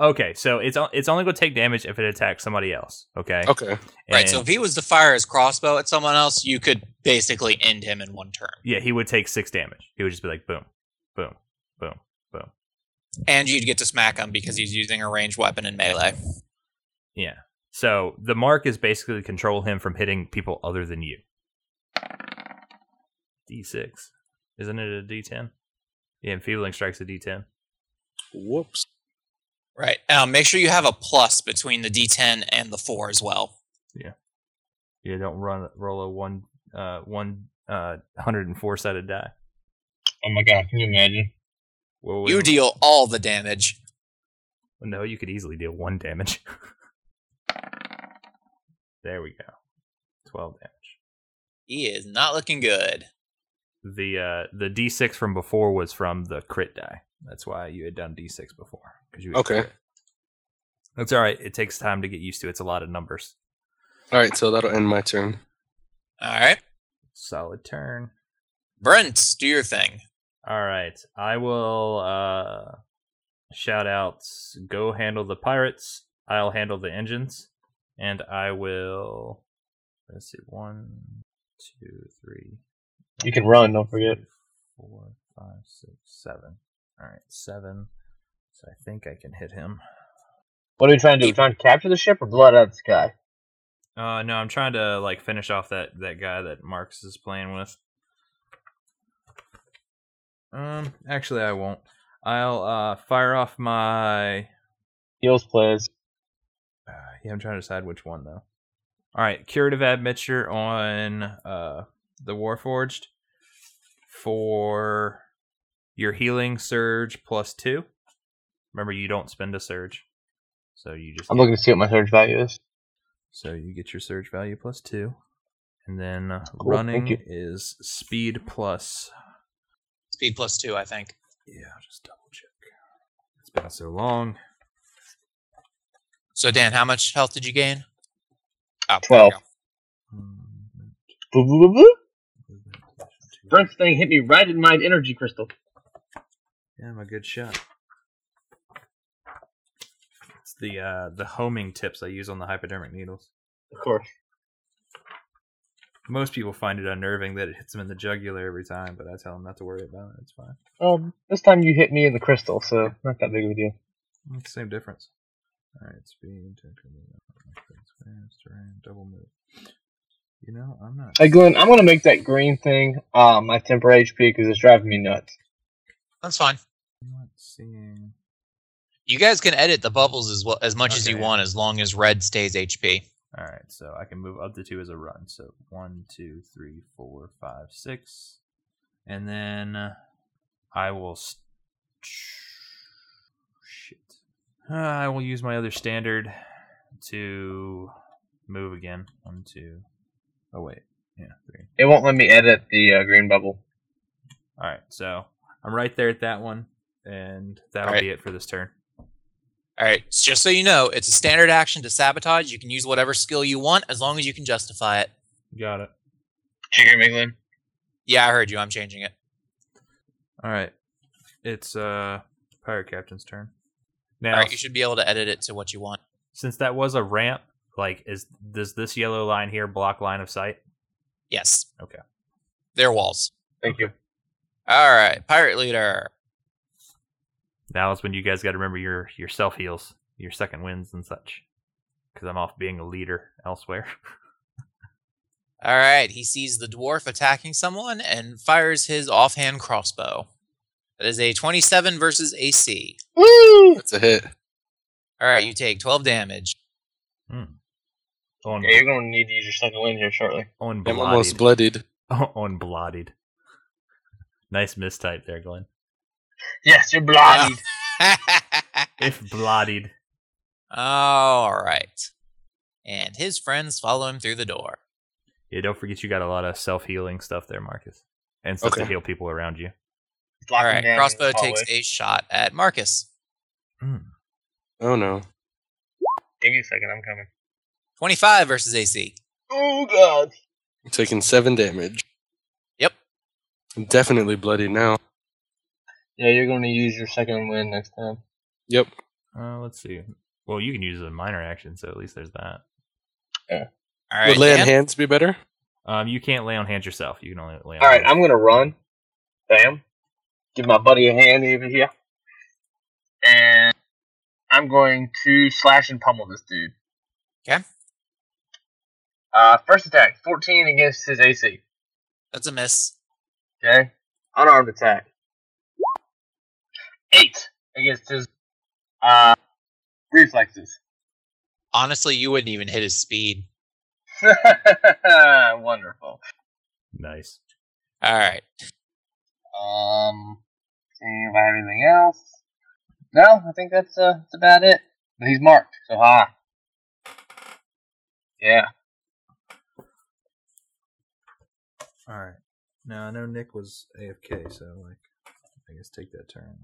Okay, so it's o- it's only going to take damage if it attacks somebody else. Okay,
Okay.
Right. So
And-
if he was to fire his crossbow at someone else, you could basically end him in one turn.
yeah, he would take six damage. He would just be like boom, boom, boom.
And you'd get to smack him because he's using a ranged weapon in melee.
Yeah. So the mark is basically to control him from hitting people other than you. D6, isn't it a D10? Yeah, enfeebling strikes a D10.
Whoops.
Right. Um, make sure you have a plus between the D10 and the four as well.
Yeah, don't run roll a one uh one uh hundred and four sided die.
Oh my god, can you imagine?
Well,
You
we-
deal all the damage.
no, you could easily deal one damage. <laughs> there we go. Twelve damage.
He is not looking good.
The uh the D six from before was from the crit die. That's why you had done D six before. 'cause you had
Okay.
crit. That's all right. It takes time to get used to. It's a lot of numbers.
All right, so that'll end my turn.
All right.
Solid turn.
Brent, do your thing.
All right. I will uh shout out go handle the pirates. I'll handle the engines and I will let's see one, two, three.
You can run, don't forget.
Four, five, six, seven. All right, seven. So I think I can hit him.
What are we trying to do? trying to capture the ship or blood out of the sky?
Uh no, I'm trying to like finish off that that guy that Marcus is playing with. Um actually I won't. I'll uh fire off my
Heals plays.
Uh, yeah, I'm trying to decide which one though. All right, curative admixture on uh the Warforged for your healing surge plus two. Remember, you don't spend a surge, so you just
I'm looking to see what my surge value is.
so you get your surge value plus two, and then uh,
Cool, thank
running
you.
is speed plus.
Speed plus two, I think.
Yeah, I'll just double check. It's been so long.
So Dan, how much health did you gain? Oh, there we
Twelve.
go.
Mm,
Boop, boop, boop, boop. Drunk's thing hit me right in my energy crystal.
Yeah, I'm a good shot. It's the uh, the homing tips I use on the hypodermic needles.
Of course.
Most people find it unnerving that it hits them in the jugular every time, but I tell them not to worry about it. It's fine.
Um, this time you hit me in the crystal, so not that big of a deal.
It's the same difference. All right, speed, technical, fast, terrain, double move. You know, I'm not.
Hey Glenn, I'm gonna make that green thing uh, my temper HP because it's driving me nuts.
That's fine.
Not seeing.
You guys can edit the bubbles as well as much as you
Okay.
want, as long as red stays HP.
All right, so I can move up to two as a run. So one, two, three, four, five, six, and then uh, I will. St- shit, Uh, I will use my other standard to move again. One, two. Oh wait, yeah, three.
It won't let me edit the uh, green bubble.
All right, so I'm right there at that one, and that'll
All right.
be it for this turn.
All right. s- Just so you know, it's a standard action to sabotage. You can use whatever skill you want as long as you can justify it.
Got it.
Jigger Miglin.
Yeah, I heard you. I'm changing it.
All right, it's uh pirate captain's turn.
All
Now,
right. You should be able to edit it to what you want.
since that was a ramp, like is does this yellow line here block line of sight?
Yes.
Okay.
They're walls.
Thank you.
All right. Pirate leader.
Now is when you guys got to remember your your self heals, your second wins and such. Because I'm off being a leader elsewhere. <laughs>
All right. He sees the dwarf attacking someone and fires his offhand crossbow. That is a 27 versus AC.
Woo! That's a hit.
All right. You take 12 damage.
on
Yeah, you're gonna need to use your second wind here shortly.
on
I'm almost
bloodied. <laughs>
bloodied.
on bloodied. Nice mistype there, Glenn.
Yes, you're bloodied. <laughs>
If bloodied.
<laughs> All right. And his friends follow him through the door.
Yeah, don't forget you got a lot of self healing stuff there, Marcus, and stuff to
Okay.
heal people around you.
All
Blocking
right,
damage
crossbow
is always-
takes a shot at Marcus.
Oh no.
Give me a second, I'm coming.
25 versus AC.
Oh god.
I'm taking seven damage.
Yep.
I'm definitely bloodied now.
Yeah, you're gonna use your second wind next time.
Yep.
Uh, let's see. Well, you can use a minor action, so at least there's that.
All right.
Would lay on
Dan?
hands be better?
Um, you can't lay on hands yourself. You can only lay on.
All right,
hands.
I'm gonna run. Bam. Give my buddy a hand over here. And I'm going to slash and pummel this dude.
'Kay.
Uh, first attack, 14 against his AC.
That's a miss.
Okay. Unarmed attack. Eight against his uh reflexes. <laughs>
Honestly, you wouldn't even hit his speed.
Wonderful.
Nice.
All right.
Um, see if I have anything else. No, I think that's uh, that's about it. But he's marked, so ha. Yeah.
All right. Now I know Nick was AFK, so like, I guess take that turn.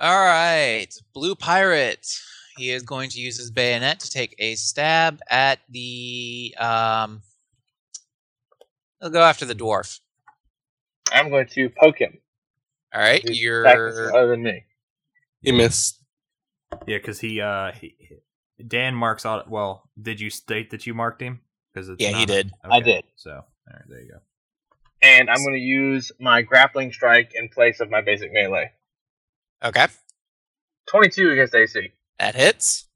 All right. Blue pirate. He is going to use his bayonet to take a stab at the um He'll go after the dwarf.
I'm going to poke him.
All right.
He's
You're
tactics other than me.
He missed.
Yeah, because he, uh, he, he- Dan marks all. Well, did you state that you marked him? Because
Yeah, he did.
I did.
So, all right, there you go. <laughs>
And I'm going to use my grappling strike in place of my basic melee.
Okay.
22 against AC.
That hits.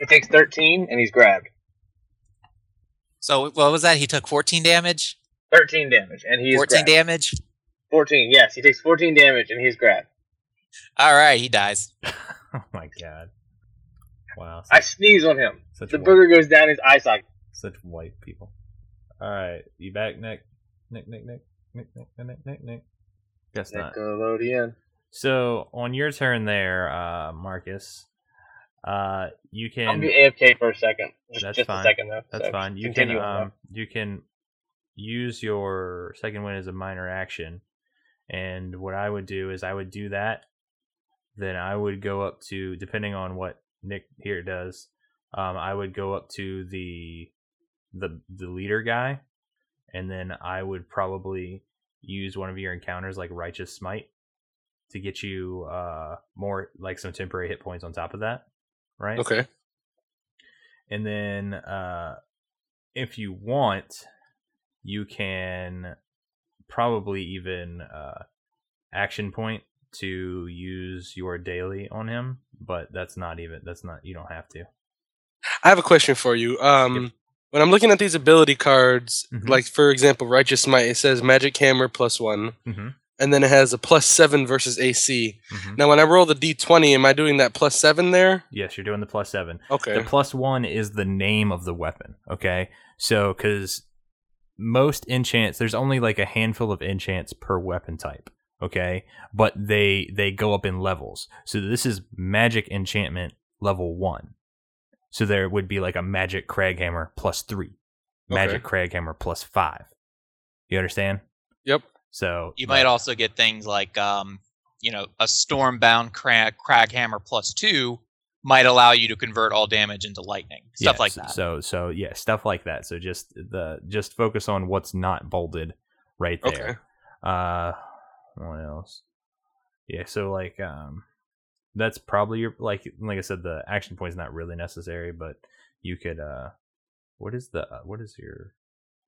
He takes 13 and he's grabbed.
So what was that? He took 14 damage.
13 damage and he is
14
grabbed.
damage.
14, yes. He takes 14 damage and he's grabbed.
All right, he dies.
oh my god! Wow,
I
such,
sneeze on him.
such
The
white,
booger goes down his eye socket.
such white people. All right, you back, Nick? Nick, Nick, Nick, Nick, Nick, Nick, Nick, Nick. Guess not.
Nickelodeon.
So on your turn there, uh, Marcus, uh, you can.
I'm going to AFK for a second. Just,
That's
just
fine.
a second, though.
That's
so
fine. You can
continue on,
um, you can use your second win as a minor action, and what I would do is I would do that. Then I would go up to depending on what Nick here does. Um, I would go up to the the the leader guy, and then I would probably use one of your encounters like righteous smite to get you uh more like some temporary hit points on top of that, right?
Okay.
and then uh, if you want, you can probably even uh, action point to use your daily on him, but that's not even that's not you don't have to.
I have a question for you. Um, when I'm looking at these ability cards,
Mhm.
like for example, Righteous Might, it says Magic Hammer plus one.
Mhm.
and then it has a plus seven versus AC.
Mhm.
Now, when I roll the D20, am I doing that plus seven there?
Yes, you're doing the plus seven.
Okay.
The plus one is the name of the weapon. Okay, so because most enchants, there's only like a handful of enchants per weapon type. Okay, but they they go up in levels. So this is magic enchantment level one. So there would be like a magic crag hammer plus three, magic
Okay.
crag hammer plus five. You understand?
Yep.
So
You might also get things like, um, you know, a stormbound crag, crag hammer plus two might allow you to convert all damage into lightning, stuff
Yeah,
like
so-
that.
So so yeah, stuff like that. So just the just focus on what's not bolded right there.
Okay.
Uh, what else? Yeah, so like um, that's probably your like like I said, the action point's not really necessary, but you could uh, what is the uh, what is your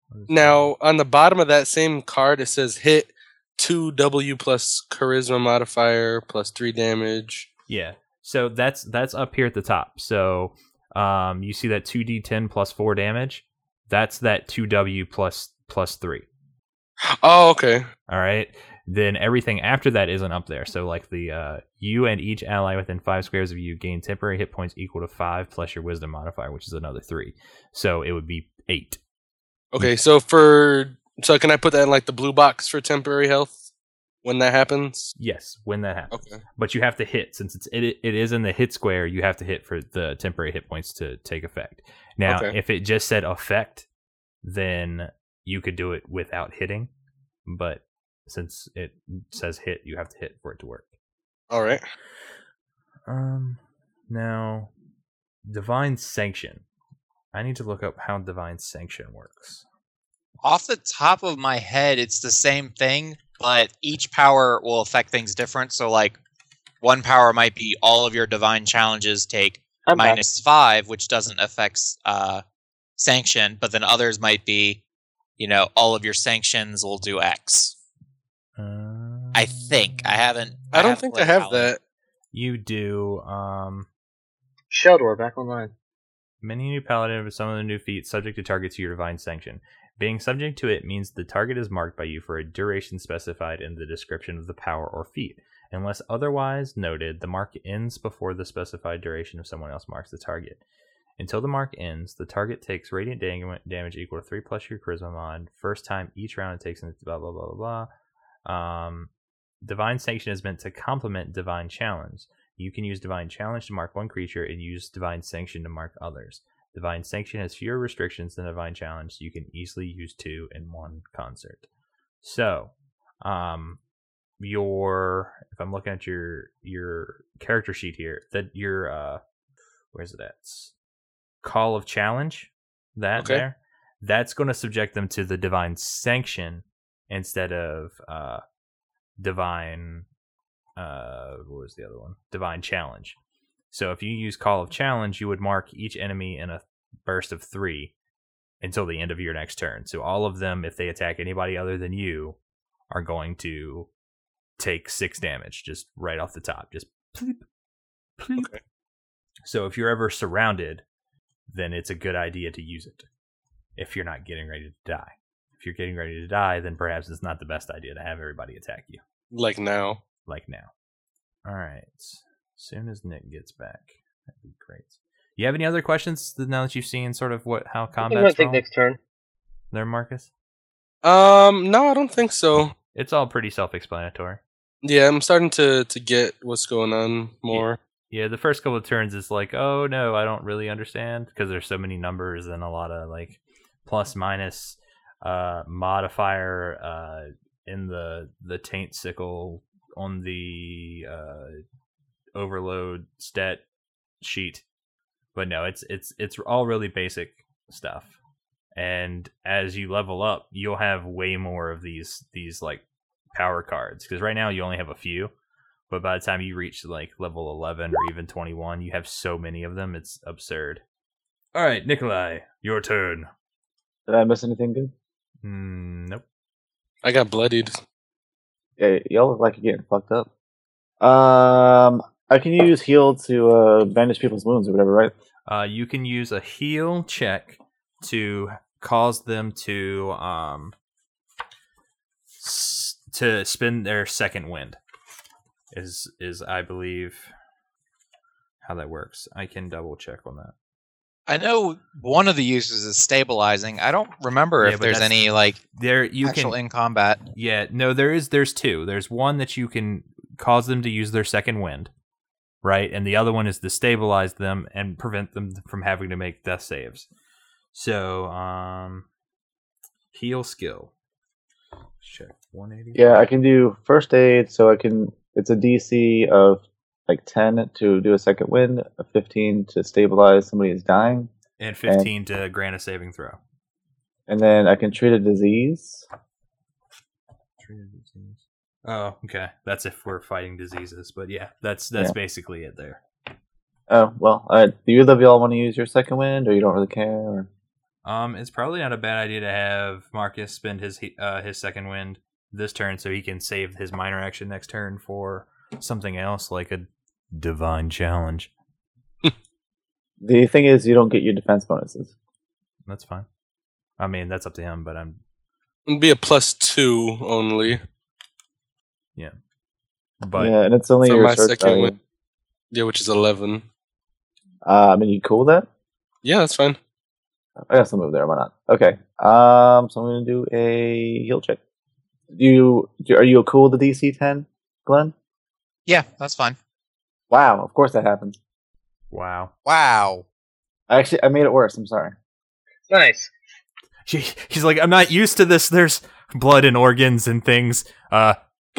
what is
Now, on the bottom of that same card, it says hit 2W plus charisma modifier plus 3 damage.
Yeah. So that's that's up here at the top. So um you see that 2d10 plus 4 damage? That's that 2w plus plus 3.
Oh, okay.
All right. Then everything after that isn't up there. So like the uh you and each ally within 5 squares of you gain temporary hit points equal to 5 plus your wisdom modifier, which is another 3. So it would be 8.
Okay, so for. So can I put that in like the blue box for temporary health when that happens?
Yes, when that happens.
Okay.
But you have to hit since it's it, it is in the hit square, you have to hit for the temporary hit points to take effect. Now,
Okay.
if it just said effect, then you could do it without hitting, but since it says hit, you have to hit for it to work.
All right.
Um, now, divine sanction. I need to look up how divine sanction works.
Off the top of my head, it's the same thing, but each power will affect things different. So, like, one power might be all of your divine challenges take
I'm back.
minus five, which doesn't affect uh, sanction, but then others might be, you know, all of your sanctions will do X.
Uh,
I think I haven't.
I don't
haven't
think I
looked
have
out.
that.
you do. Um,
Sheldor back online.
Many new paladin with some of the new feats subject to target to your divine sanction. Being subject to it means the target is marked by you for a duration specified in the description of the power or feat. Unless otherwise noted, the mark ends before the specified duration if someone else marks the target. Until the mark ends, the target takes radiant dam- damage equal to 3 plus your charisma mod. First time each round it takes, and blah, blah, blah, blah, blah. Um, divine sanction is meant to complement divine challenge. You can use Divine Challenge to mark one creature and use Divine Sanction to mark others. Divine Sanction has fewer restrictions than Divine Challenge, so you can easily use two in one concert. So, um, your if I'm looking at your your character sheet here, that your uh, where's it at? Call of Challenge, that
Okay.
there, that's going to subject them to the Divine Sanction instead of uh, Divine uh what was the other one divine challenge so if you use call of challenge you would mark each enemy in a burst of three until the end of your next turn so all of them if they attack anybody other than you are going to take six damage just right off the top just pleep, pleep.
Okay.
so if you're ever surrounded then it's a good idea to use it if you're not getting ready to die if you're getting ready to die then perhaps it's not the best idea to have everybody attack you
Like now.
like now. All right. Soon as Nick gets back, that'd be great. You have any other questions th- now that you've seen sort of what how
I'm gonna
combat's
take
rolled
Nick's turn.
there, Marcus?
Um, no, I don't think so.
It's all pretty self-explanatory.
Yeah, I'm starting to to get what's going on more.
Yeah, the first couple of turns it's like, oh no, I don't really understand because there's so many numbers and a lot of like plus minus uh modifier uh in the the taint sickle on the uh overload stat sheet. But no, it's it's it's all really basic stuff. And as you level up, you'll have way more of these these like power cards because right now you only have a few but by the time you reach like level 11 or even 21 you have so many of them it's absurd all right nikolai your turn
Did I miss anything good?
mm, nope
I got bloodied.
Yeah, y- y'all look like you're getting fucked up. Um, I can use heal to uh, bandage people's wounds or whatever, right?
uh, you can use a heal check to cause them to um s- to spend their second wind. Is is I believe how that works. I can double check on that.
I know one of the uses is stabilizing. I don't remember
Yeah,
if
but
there's
that's-
any like
There you
actual
can
in combat.
Yeah, no, there is there's two. There's one that you can cause them to use their second wind, right? And the other one is to stabilize them and prevent them from having to make death saves. So, um heal skill. Check 180.
Yeah, I can do first aid, so I can. It's a DC of like 10 to do a second wind, a 15 to stabilize somebody who's dying,
And 15 to grant a saving throw.
and then I can treat a disease.
Oh, okay. That's if we're fighting diseases, but yeah, that's that's
Yeah.
basically it there.
Oh well, uh, do either of y'all want to use your second wind, or you don't really care? Or...
Um, it's probably not a bad idea to have Marcus spend his he- uh, his second wind this turn, so he can save his minor action next turn for something else like a divine challenge.
The thing is, you don't get your defense bonuses.
That's fine. I mean, that's up to him, but I'm
It'd be a plus two only.
but
yeah, and it's only
for
your
my
search
second
value.
win. Yeah, which is eleven.
Uh, I mean, you cool with that?
Yeah, that's fine.
I guess I'll move there. Why not? Okay. Um, so I'm gonna do a heal check. You are you cool with the DC 10, Glenn?
Yeah, that's fine.
Wow, of course that happened.
wow.
Wow.
I actually I made it worse. I'm sorry.
Nice.
She, he's like, I'm not used to this. There's blood and organs and things. Uh,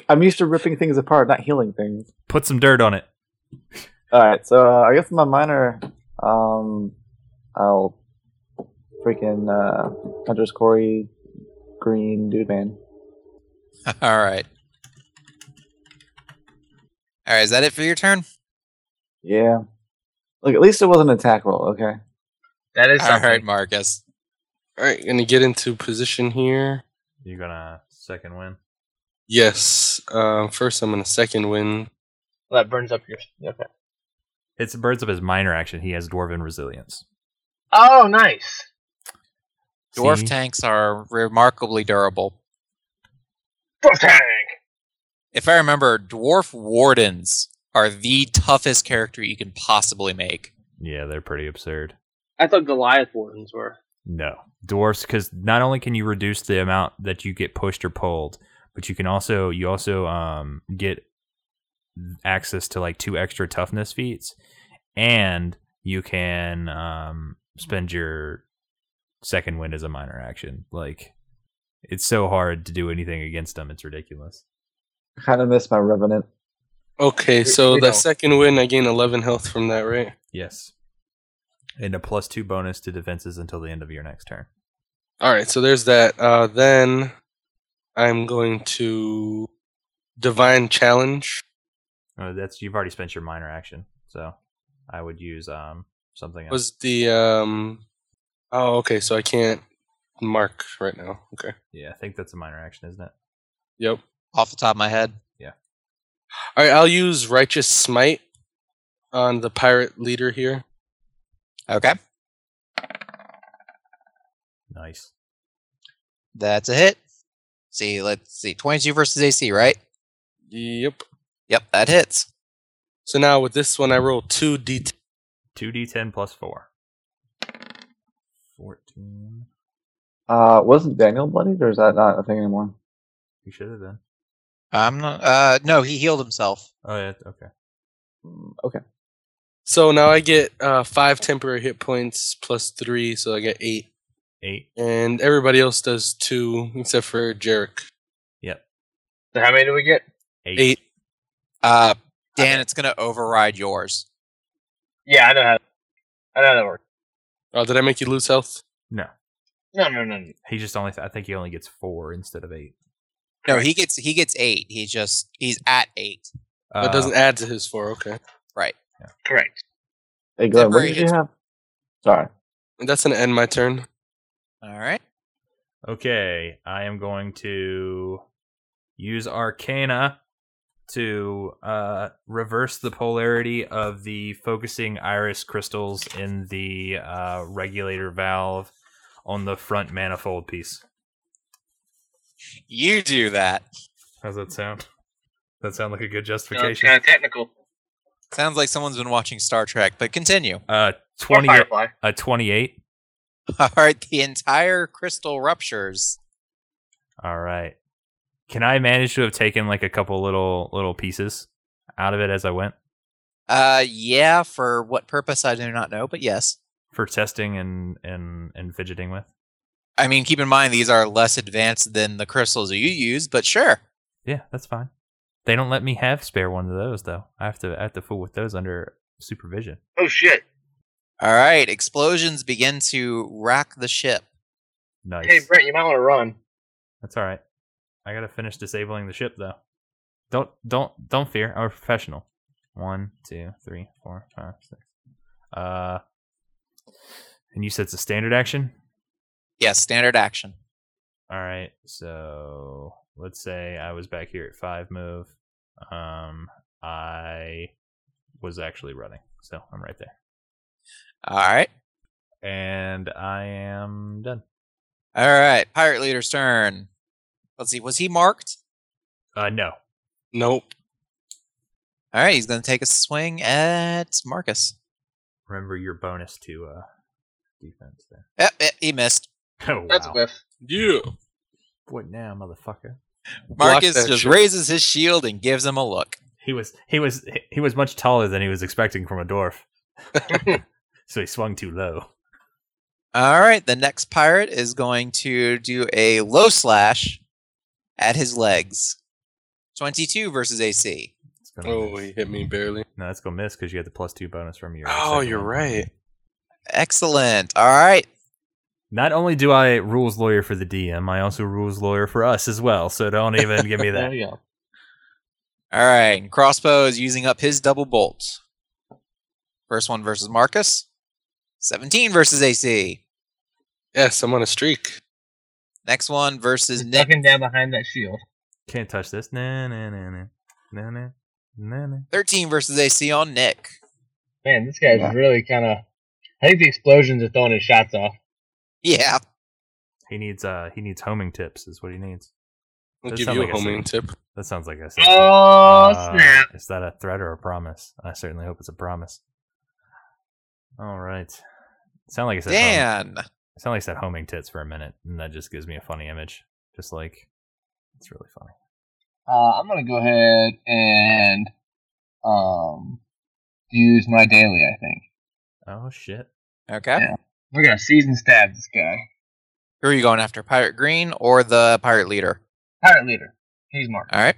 I'm used to ripping things apart, not healing things.
put some dirt on it.
All right, so uh, I guess my minor, um, I'll freaking uh, Hunter's Corey Green Dude Man.
<laughs> All right. All right. Is that it for your turn?
Yeah. Look, at least it wasn't an attack roll. Okay.
That is
All
something.
right, Marcus.
All right, gonna get into position here.
You're gonna second win.
Yes. Um, first, I'm gonna second win.
Well, that burns up your. Okay.
It's birds of his minor action. He has dwarven resilience.
Oh, nice.
Dwarf
See?
tanks are remarkably durable.
Dwarf tank.
If I remember, dwarf wardens are the toughest character you can possibly make.
Yeah, they're pretty absurd.
I thought Goliath wardens were.
No. Dwarfs because not only can you reduce the amount that you get pushed or pulled, but you can also you also um get access to like two extra toughness feats, and you can um spend your second wind as a minor action. Like it's so hard to do anything against them, it's ridiculous.
I kind of missed my Revenant.
Okay,
We-
so
we
that
don't.
second win, I gain eleven health from that, right?
Yes. And a plus two bonus to defenses until the end of your next turn.
All right, so there's that. Uh, then I'm going to divine challenge.
Uh, that's you've already spent your minor action, so I would use um something else.
Was the um? Oh, okay. So I can't mark right now. Okay.
Yeah, I think that's a minor action, isn't it?
Yep.
Off the top of my head.
All right, I'll use righteous smite on the pirate leader here.
Okay.
Nice.
That's a hit. See, let's see. 22 versus AC, right?
Yep.
Yep, that hits.
So now with this one, I roll two d.
Two D ten plus four. Fourteen.
Uh, wasn't Daniel bloodied, or is that not a thing anymore?
You should have been.
I'm not, uh, no, he healed himself.
Oh yeah, okay.
Mm, Okay.
So now I get uh, five temporary hit points plus three, so I get eight,
Eight.
and everybody else does two except for Jarek.
So how many do we get?
Eight.
Eight.
Uh, Dan, it's going to override yours.
Yeah, I know how. I know how that works.
Oh, did I make you lose health?
No, no, no, no.
He just only. I think he only gets four instead of eight.
No, he gets, he gets eight. He's just, he's at eight.
Uh,
That doesn't add to his four. Okay,
Correct.
Hey, Glenn, what
Temporary
did you
hits.
have? Sorry.
and that's gonna end my turn.
All right.
Uh, Okay, I am going to use Arcana to uh, reverse the polarity of the focusing iris crystals in the uh, regulator valve on the front manifold piece.
You do that.
How's that sound? That sound like a good
Sounds
justification.
kind of technical.
Sounds like someone's been watching Star Trek, but continue. <laughs>
Uh,
Or
twenty.
Firefly.
A twenty-eight.
All right, the entire crystal ruptures.
All right. Can I manage to have taken like a couple little little pieces out of it as I went
Uh, yeah, for what purpose I do not know, but yes.
for testing and and and fidgeting with?
I mean, keep in mind these are less advanced than the crystals you use, but sure.
Yeah, that's fine. They don't let me have spare one of those though. I have to I have to fool with those under supervision.
Oh shit!
All right, explosions begin to rack the ship.
Nice.
Hey Brent, you might want to run.
That's all right. I gotta finish disabling the ship though. Don't don't don't fear. I'm a professional. One, two, three, four, five, six. Uh, and you said it's a standard action.
Yes, standard action.
All right. So let's say I was back here at five move. Um, I was actually running, so I'm right there,
All right.
and I am done.
All right, pirate leader's turn. Let's see, was he marked?
Uh, no.
Nope.
All right, he's going to take a swing at Marcus.
Remember your bonus to uh defense there. <laughs>
Yep, yep, he missed.
Oh
That's a
wow!
whiff.
You.
What now, motherfucker?
Marcus
that
just
shit.
raises his shield and gives him a look.
He was he was he was much taller than he was expecting from a
<laughs>
dwarf. so he swung too low.
All right, the next pirate is going to do a low slash at his legs. 22 versus AC.
It's gonna
Oh,
miss.
he hit me barely.
No, that's gonna miss because you get the plus two bonus from your.
Oh,
second
you're
one.
right.
Excellent. All right.
Not only do I rules lawyer for the DM, I also rules lawyer for us as well. So don't even give me
There
<laughs>
that.
you go.
All right. and Crossbow is using up his double bolt. First one versus Marcus. 17 versus AC.
Yes, I'm on a streak.
Next one versus
He's
Nick.
ducking down behind that shield.
Can't touch this. Nah, nah, nah, nah, nah, nah, nah, nah.
13 versus AC on Nick.
Man, this guy's
Yeah.
really kind of. I think the explosions are throwing his shots off.
Yeah.
He needs uh he needs homing tips is what he needs.
I'll
That
give
sound
you
like
a
a
homing tip.
That sounds like a.
Oh
Uh,
snap!
Is that a threat or a promise? I certainly hope it's a promise. All right. Sound like I said.
Dan.
home- sound like I said homing tits for a minute, and that just gives me a funny image. Just like it's really funny.
Uh, I'm gonna go ahead and um use my daily. I think
Oh shit!
Okay.
Yeah. we're gonna season stab this guy.
Who are you going after? Pirate Green or the pirate leader?
Pirate leader. He's marked.
Uh,
All right.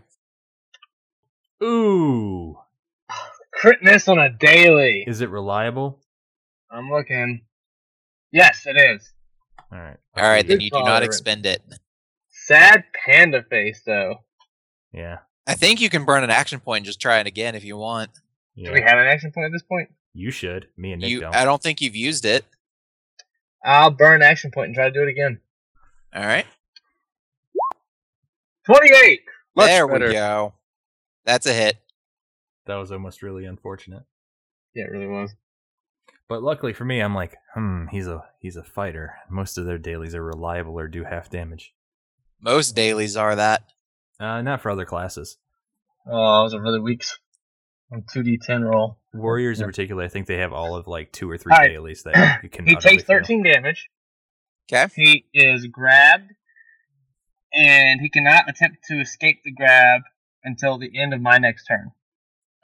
Ooh,
Crit miss on a daily.
is it reliable?
I'm looking. Yes, it is.
All right.
All right. Then you do not
Tolerant.
expend it.
Sad panda face though.
Yeah.
I think you can burn an action point and just try it again if you want.
Do we
Yeah.
have an action point at this point?
You should. Me and Nick
You,
don't.
I don't think you've used it.
I'll burn action point and try to do it again.
All right.
Twenty-eight.
Much
there
better.
we go. That's a hit.
That was almost really unfortunate.
Yeah, it really was.
But luckily for me, I'm like, hmm, he's a he's a fighter. Most of their dailies are reliable or do half damage.
Most dailies are that.
Uh, not for other classes.
Oh, it was a really weak two D ten roll.
Warriors
Yeah.
in particular, I think they have all of like two or three
All right.
dailies that you can.
<clears throat> He
utterly
takes
fail.
13 damage.
Okay.
He is grabbed, and he cannot attempt to escape the grab until the end of my next turn.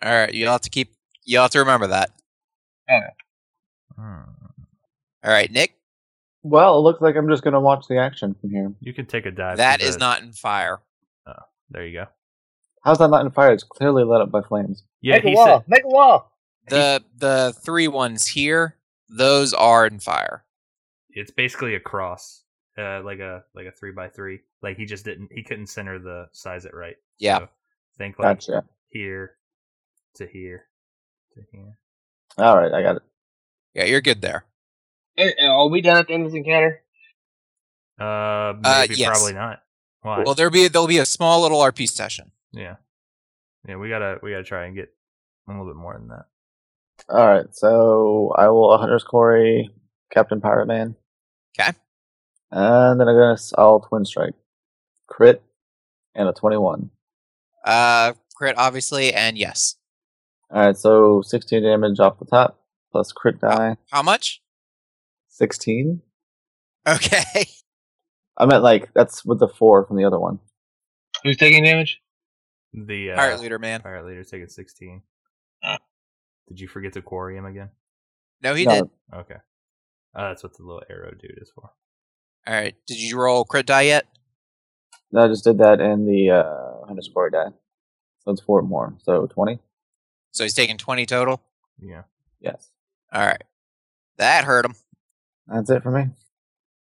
All right. You'll have to keep. You'll have to remember that.
Hmm.
All right, Nick.
Well, it looks like I'm just going to watch the action from here.
You can take a dive.
that
to
is
the-
not in fire.
There you go.
How's that not in fire? It's clearly lit up by flames.
Yeah,
Make a
he
wall.
said.
Make a wall.
The the three ones here. Those are in fire.
it's basically a cross, uh, like a like a three by three. Like he just didn't, he couldn't center the size it right.
Yeah.
So think like
Gotcha.
here to here to here.
All right, I got it.
Yeah, you're good there.
Eh, eh, Are we done at the end of this encounter?
Uh, maybe
Uh, yes.
probably not. Why?
Well, there'll be there'll be a small little RP session.
yeah, yeah. We gotta we gotta try and get a little bit more than that.
All right, so I will Hunter's Quarry, Captain Pirate Man.
'Kay.
And then I'm gonna I'll twin strike, crit, and a twenty-one.
Uh, crit, obviously, and yes.
All right, so 16 damage off the top plus crit die.
How much? <laughs>
16.
Okay.
I meant like that's with the four from the other one.
Who's taking damage?
The uh,
Pirate leader, man.
pirate leader's taking sixteen.
Ah.
Uh.
Did you forget to quarry him again?
No, he
No.
did.
Okay. Uh, that's what the little arrow dude is for.
All right. Did you roll crit die yet?
No, I just did that in the uh, hundred square die. So it's four more. So 20.
So he's taking 20 total.
Yeah.
Yes,
All right. That hurt him.
that's it for me.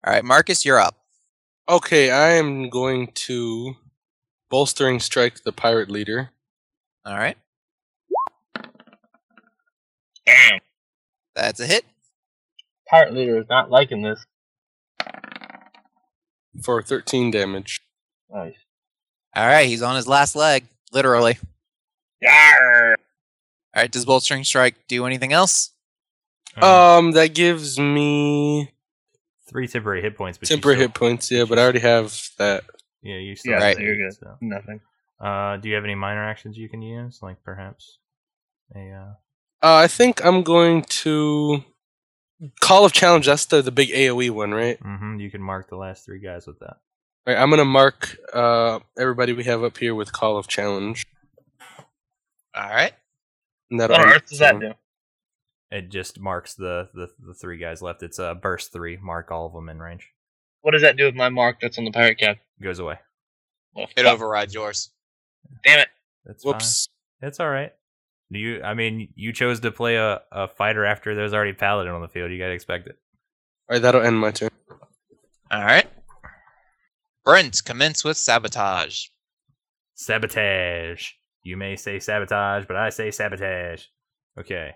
All right, Marcus, you're up.
Okay, I am going to bolstering strike the pirate leader.
All right.
Damn.
That's a hit.
Pirate leader is not liking this.
for 13 damage.
Nice.
All right. He's on his last leg, literally.
Yarr!
All right. Does bolstering strike do anything else?
Um, that gives me
Three temporary hit points. But you
temporary
still-
hit points. Yeah, but I already have that.
Yeah, you still.
Yeah,
have
Right.
that,
you're good.
so.
Nothing.
Uh, do you have any minor actions you can use, like perhaps a uh,
Uh, I think I'm going to Call of Challenge. That's the the big AOE one, right?
hmm you can mark the last three guys with that.
Right. I'm gonna mark uh everybody we have up here with Call of Challenge.
All right.
And that
What on earth does that do?
It just marks the the, the three guys left. It's uh, burst three. Mark all of them in range.
What does that do with my mark that's on the pirate cap?
Goes away.
Well,
It
fuck,
overrides yours.
Damn it.
That's Whoops.
Whoops.
fine. That's all right. Do you? I mean, you chose to play a, a fighter after there's already paladin on the field. You gotta expect it.
All right, that'll end my turn.
All right. Brent, commence with sabotage. <laughs>
Sabotage. You may say sabotage, but I say sabotage. Okay.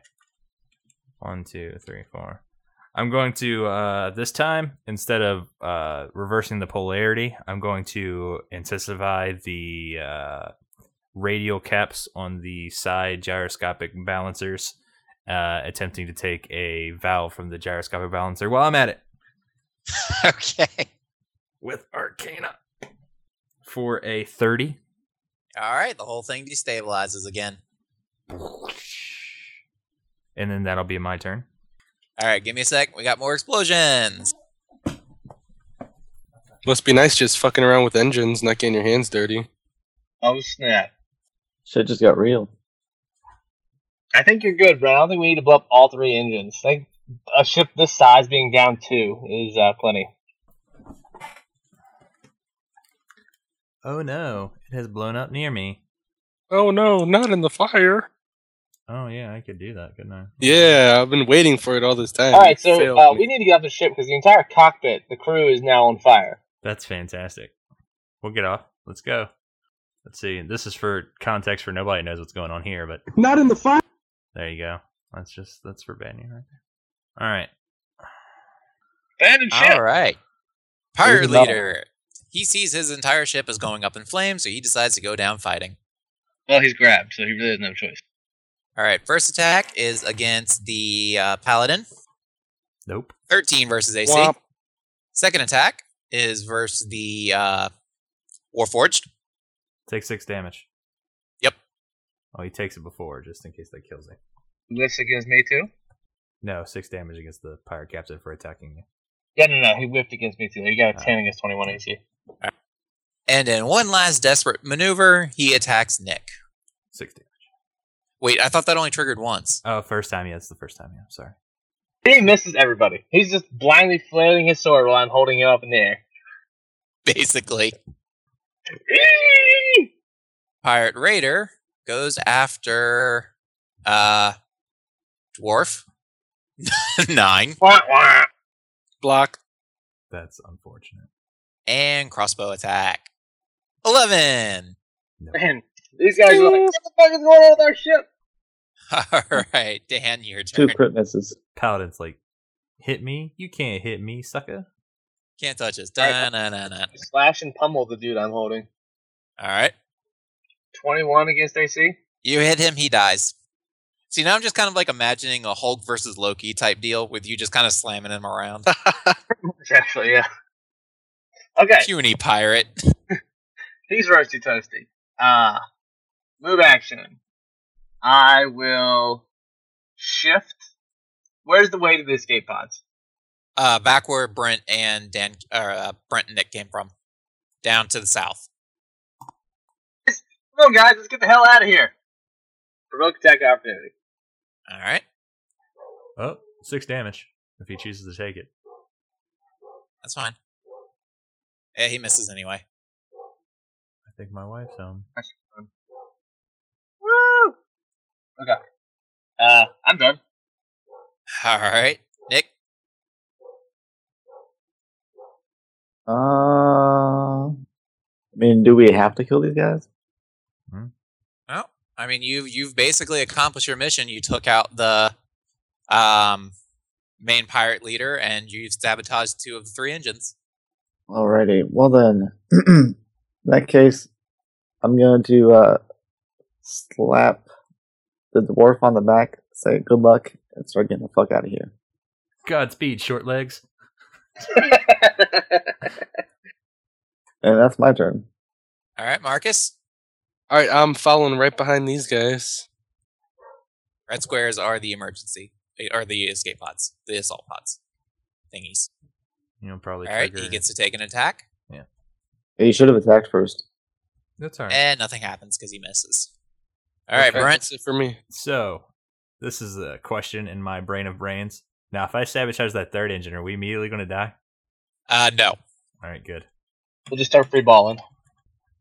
One, two, three, four. I'm going to uh, this time instead of uh, reversing the polarity, I'm going to intensify the uh, radial caps on the side gyroscopic balancers, uh, attempting to take a valve from the gyroscopic balancer while I'm at it
okay.
with Arcana for a thirty.
All right. The whole thing destabilizes again.
and then that'll be my turn.
All right. Give me a sec. We got more explosions.
Must be nice just fucking around with engines, not getting your hands dirty.
Oh, snap.
Shit just got real.
I think you're good, Brent. I don't think we need to blow up all three engines. I think a ship this size being down two is uh, plenty.
Oh no, it has blown up near me.
Oh no, not in the fire.
Oh yeah, I could do that, couldn't I?
Yeah, I've been waiting for it all this time.
All right,
It failed
so uh,
me.
we need to get off the ship because the entire cockpit, the crew is now on fire.
That's fantastic. We'll get off. Let's go. Let's see. This is for context for nobody knows what's going on here, but
Not in the fire.
there you go. That's just that's for banning right there. All right.
Abandoned ship.
All right. Pirate
There's another
leader. He sees his entire ship is going up in flames, so he decides to go down fighting.
Well, he's grabbed, so he really doesn't have a choice.
All right. First attack is against the uh, paladin.
Nope.
13 versus AC.
Womp.
Second attack is versus the uh, Warforged.
Take six damage.
Yep.
Oh, he takes it before, just in case that kills him.
This against me too?
No, six damage against the pirate captain for attacking you.
Yeah, no, no, he whipped against me too. He got a
Ah.
ten against twenty-one AC.
And in one last desperate maneuver, he attacks Nick.
Six damage.
Wait, I thought that only triggered once. <laughs>
Oh, first time. Yeah, it's the first time. Yeah, I'm sorry.
He misses everybody. He's just blindly flailing his sword while I'm holding him up in the air.
Basically,
Eeeeee!
Pirate Raider goes after uh, Dwarf. <laughs> Nine.
Wah, wah.
block.
That's unfortunate.
And crossbow attack. <laughs> 11.
Man, these guys are like, what the fuck is going on with our ship?
All right, Dan, your
Two
turn.
crit misses.
Paladin's like, hit me? You can't hit me, sucker.
Can't touch us.
All right.
Dun-dun-dun-dun.
Slash and pummel the dude I'm holding.
All right.
Twenty-one against <laughs> AC.
You hit him, he dies. See, now I'm just kind of like imagining a Hulk versus Loki type deal with you just kind of slamming him around.
<laughs> Actually, yeah. Okay,
Puny pirate.
he's roasty toasty. Uh move action. I will shift. Where's the way to the escape pods?
Uh, back where Brent and Dan, or uh, Brent and Nick came from, down to the south.
Come on, guys, let's get the hell out of here. Provoke attack opportunity.
All right,
Oh, six damage if he chooses to take it.
that's fine. Yeah, he misses anyway.
I think my wife's um, home.
Woo! Okay. Uh, I'm <laughs> done.
All right, Nick.
Uh, I mean, do we have to kill these guys?
I mean, you've you've basically accomplished your mission. You took out the um, main pirate leader, and you've sabotaged two of the three engines.
Alrighty. Well then, <clears throat> in that case, I'm going to uh, slap the dwarf on the back, say good luck, and start getting the fuck out of here.
Godspeed, short legs.
And that's my turn.
All right, Marcus.
All right, I'm following right behind these guys.
Red squares are the emergency, they are the escape pods, the assault pods, thingies.
You know, probably.
All right,
trigger.
he gets to take an attack,
He should have attacked first.
That's all right.
and nothing happens because he misses. All right,
Okay,
Brent.
That's it for me.
So, this is a question in my brain of brains. Now, if I sabotage that third engine, are we immediately going to die?
Uh, no.
All right, good.
We'll just start free balling.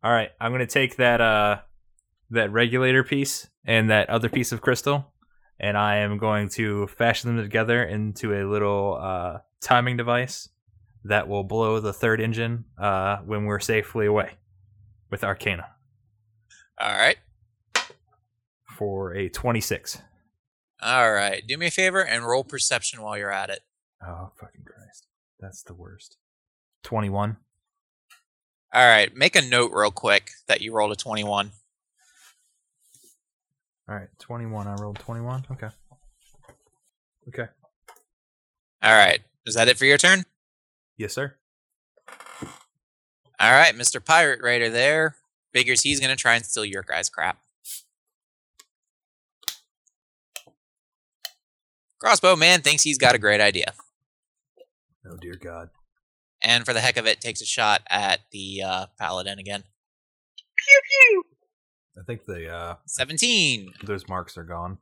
All right, I'm going to take that uh that regulator piece and that other piece of crystal, and I am going to fashion them together into a little uh timing device that will blow the third engine uh when we're safely away with Arcana
All right.
for a 26.
All right. Do me a favor and roll perception while you're at it.
Oh fucking Christ. That's the worst. 21.
All right. Make a note real quick that you rolled a 21.
All right, 21. I rolled 21. Okay. Okay.
All right. Is that it for your turn?
Yes, sir.
All right. Mr. Pirate Raider there figures he's going to try and steal your guy's crap. Crossbow man thinks he's got a great idea.
Oh dear God.
And for the heck of it, takes a shot at the uh, paladin again.
Pew pew!
I think the uh
17.
those marks are gone.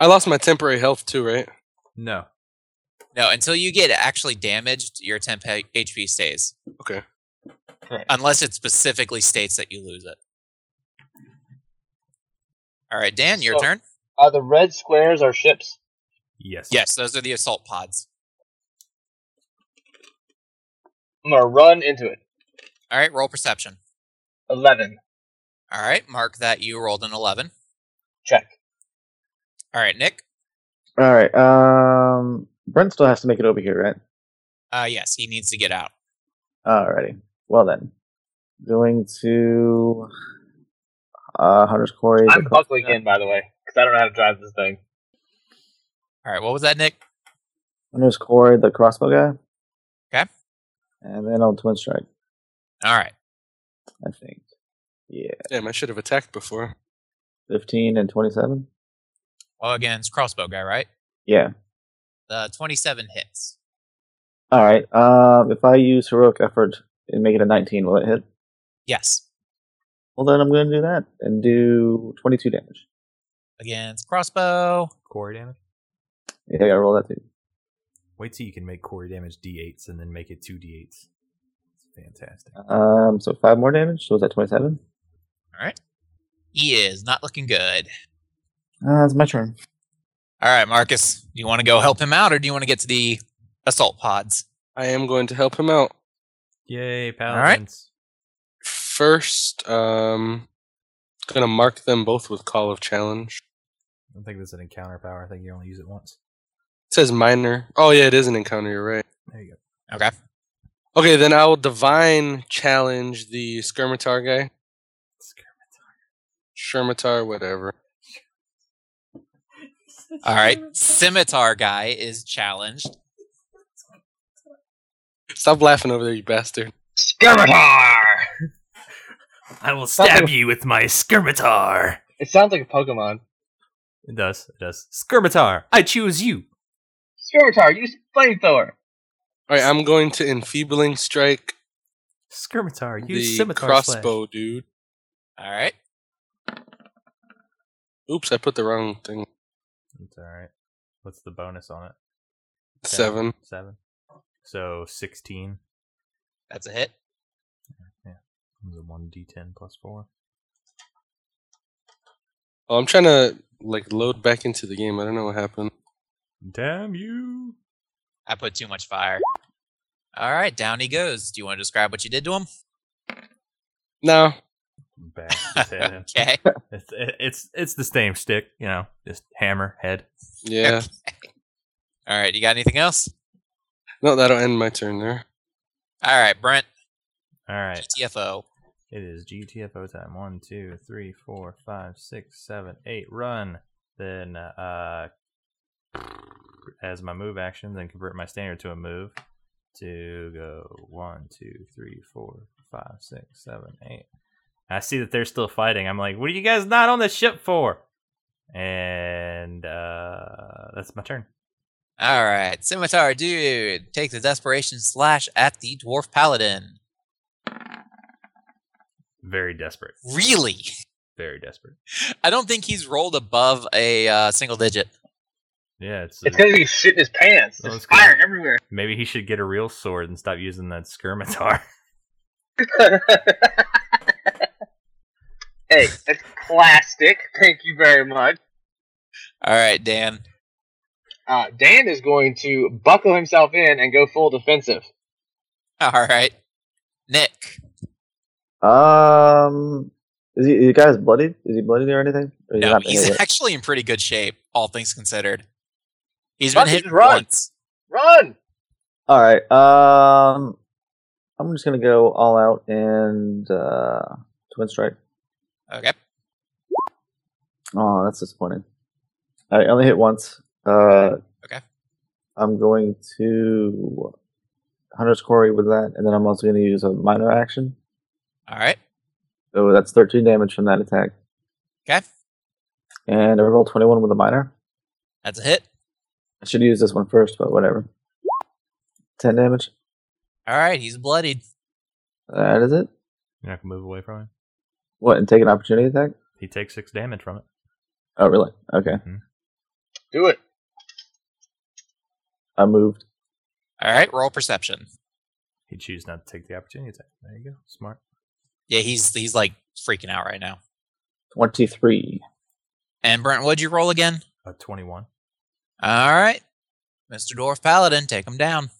I lost my temporary health too, right?
No.
No, until you get actually damaged, your temp H- HP stays.
Okay.
Correct.
Unless it specifically states that you lose it. All right, Dan, your
So-
turn.
Are Uh, the red squares our ships?
Yes.
Yes, those are the assault pods.
I'm gonna run into it.
All right, roll perception.
Eleven.
All right, mark that you rolled an 11.
Check.
All right, Nick.
All right. Um, Brent still has to make it over here, right?
Uh, yes, he needs to get out.
Alrighty. Well then, going to uh, Hunter's Quarry.
I'm buckling in, by the way, because I don't know how to drive this thing.
All right, what was that, Nick?
Hunter's Quarry, the crossbow guy.
Okay.
And then on Twin Strike,
All right.
I think. Yeah,
Damn, I should have attacked before.
fifteen and twenty-seven.
Well, again, it's crossbow guy, right?
Yeah.
The 27 hits.
All right. Um, if I use heroic effort and make it a nineteen, will it hit?
Yes.
Well then, I'm going to do that and do twenty-two damage.
Again, it's crossbow.
Core damage.
Yeah, I gotta roll that too.
Wait till you can make core damage d8s and then make it two d8s. It's fantastic.
Um, so five more damage. So is that twenty-seven?
He is not looking good.
Uh, that's my turn.
All right, Marcus, do you want to go help him out or do you want to get to the assault pods?
I am going to help him out.
Yay,
right.
paladins.
First, um, gonna mark them both with Call of Challenge.
I don't think that's an encounter power. I think you only use it once.
It says minor. Oh yeah, it is an encounter. You're right.
There you go.
Okay.
Okay, then I will divine challenge the skirmitar guy, Shermitar, whatever.
All right. Scimitar guy is challenged.
Stop laughing over there, you bastard.
Skirmitar!
I will stab you with my skirmitar.
It sounds like a Pokemon.
It does. It does. Skirmitar. I choose you.
Skirmitar, use flamethrower.
All right, I'm going to enfeebling strike
Skirmitar.
the
Use scimitar
crossbow, dude.
All right.
Oops, I put the wrong thing.
Slash. It's all right. What's the bonus on it? Ten?
Seven.
Seven. So sixteen.
That's a hit.
The one d10 plus four.
Oh, I'm trying to like load back into the game. I don't know what happened.
Damn you!
I put too much fire. All right, down he goes. Do you want to describe what you did to him? <laughs>
No,
Back. Just hit him.
okay.
It's <laughs> it's it's the same stick, you know. Just hammer head.
yeah,
All right, you got anything else?
no, that'll end my turn there.
All right, Brent,
All right.
TFO.
It is GTFO time. One, two, three, four, five, six, seven, eight. Run. Then, uh, as my move action, then convert my standard to a move. To go one, two, three, four, five, six, seven, eight. I see that they're still fighting. I'm like, what are you guys not on the ship for? And uh, that's my turn.
All right, Scimitar Dude takes a desperation slash at the Dwarf Paladin.
Very desperate.
Really? <laughs>
Very desperate.
I don't think he's rolled above a uh, single digit.
Yeah, it's,
It's because he's shitting his pants.
Oh,
There's
it's good.
fire everywhere. <laughs>
maybe he should get a real sword and stop using that skirmitar. <laughs>
hey, that's plastic. Thank you very much.
All right, Dan. <laughs>
Uh, Dan is going to buckle himself in and go full defensive.
All right, Nick.
Um, is he, you guys bloodied? Is he bloodied or anything? Or is he
No,
not
he's
bloodied yet?
actually in pretty good shape, all things considered. He's
Fuck,
been hit
just run.
once.
Run!
All right. Um, I'm just gonna go all out and uh, twin strike.
Okay.
Oh, that's disappointing. I only hit once. Uh,
Okay.
I'm going to Hunter's Quarry with that, and then I'm also going to use a minor action.
All right.
So that's 13 damage from that attack.
Okay.
And I rolled 21 with a minor.
That's a hit.
I should use this one first, but whatever. 10 damage.
All right. He's bloodied.
That is it.
You're not gonna move away from him.
What, and take an opportunity attack?
He takes six damage from it.
Oh, really? Okay.
Do it.
I moved.
All right. Roll perception.
He chooses not to take the opportunity attack. There you go. Smart.
Yeah, he's he's like freaking out right now.
23.
And Brent, what'd you roll again?
A twenty-one.
All right. Mr. Dwarf Paladin, take him down.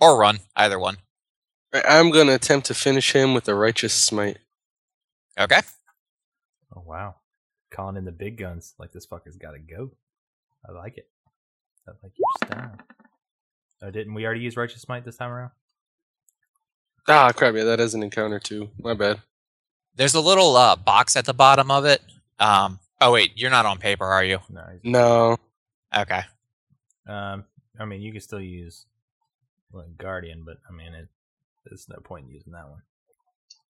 Or run, either one.
All right, I'm gonna attempt to finish him with a righteous smite.
Okay.
Oh wow. Calling in the big guns. Like this fucker's gotta go. I like it. I like your style. Oh, didn't we already use righteous might this time around?
Ah, crap! Yeah, that is an encounter too. My bad.
There's a little uh, box at the bottom of it. Um, oh, wait, you're not on paper, are you?
No. he's-
No,
Okay.
Um. I mean, you can still use like guardian, but I mean, it, there's no point in using that one.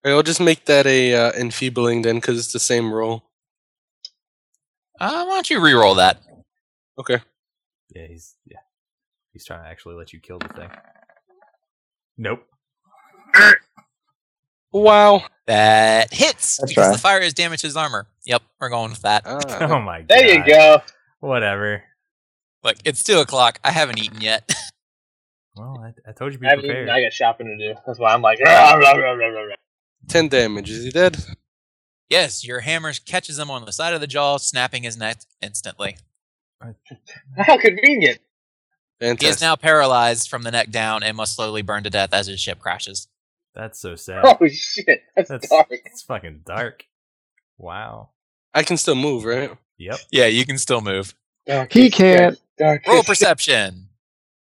All right, I'll just make that a uh, enfeebling then, because it's the same roll.
Uh, why don't you re-roll that?
Okay.
Yeah. He's yeah. He's trying to actually let you kill the thing.
<laughs>
Nope.
Wow.
That hits
That's
because
right.
the fire has damaged his armor. Yep, we're going with that.
Ah,
Oh my god.
There you go.
Whatever.
Look, it's two o'clock. I haven't eaten yet. <laughs>
Well, I, I told you be
I, haven't eaten,
prepared.
I got shopping to do. That's why I'm like, "Rah, rah, rah, rah, rah, rah."
Ten damage. Is he dead?
yes, your hammer catches him on the side of the jaw, snapping his neck instantly.
how convenient.
He is
Fantastic.
now paralyzed from the neck down and must slowly burn to death as his ship crashes.
That's so
<laughs>
sad.
Oh shit, that's,
That's
dark.
it's fucking dark. Wow.
I can still move, right?
Yep.
Yeah, you can still move.
Dark
He
as
can't.
shit,
<laughs>
Dark
Roll
as shit.
perception.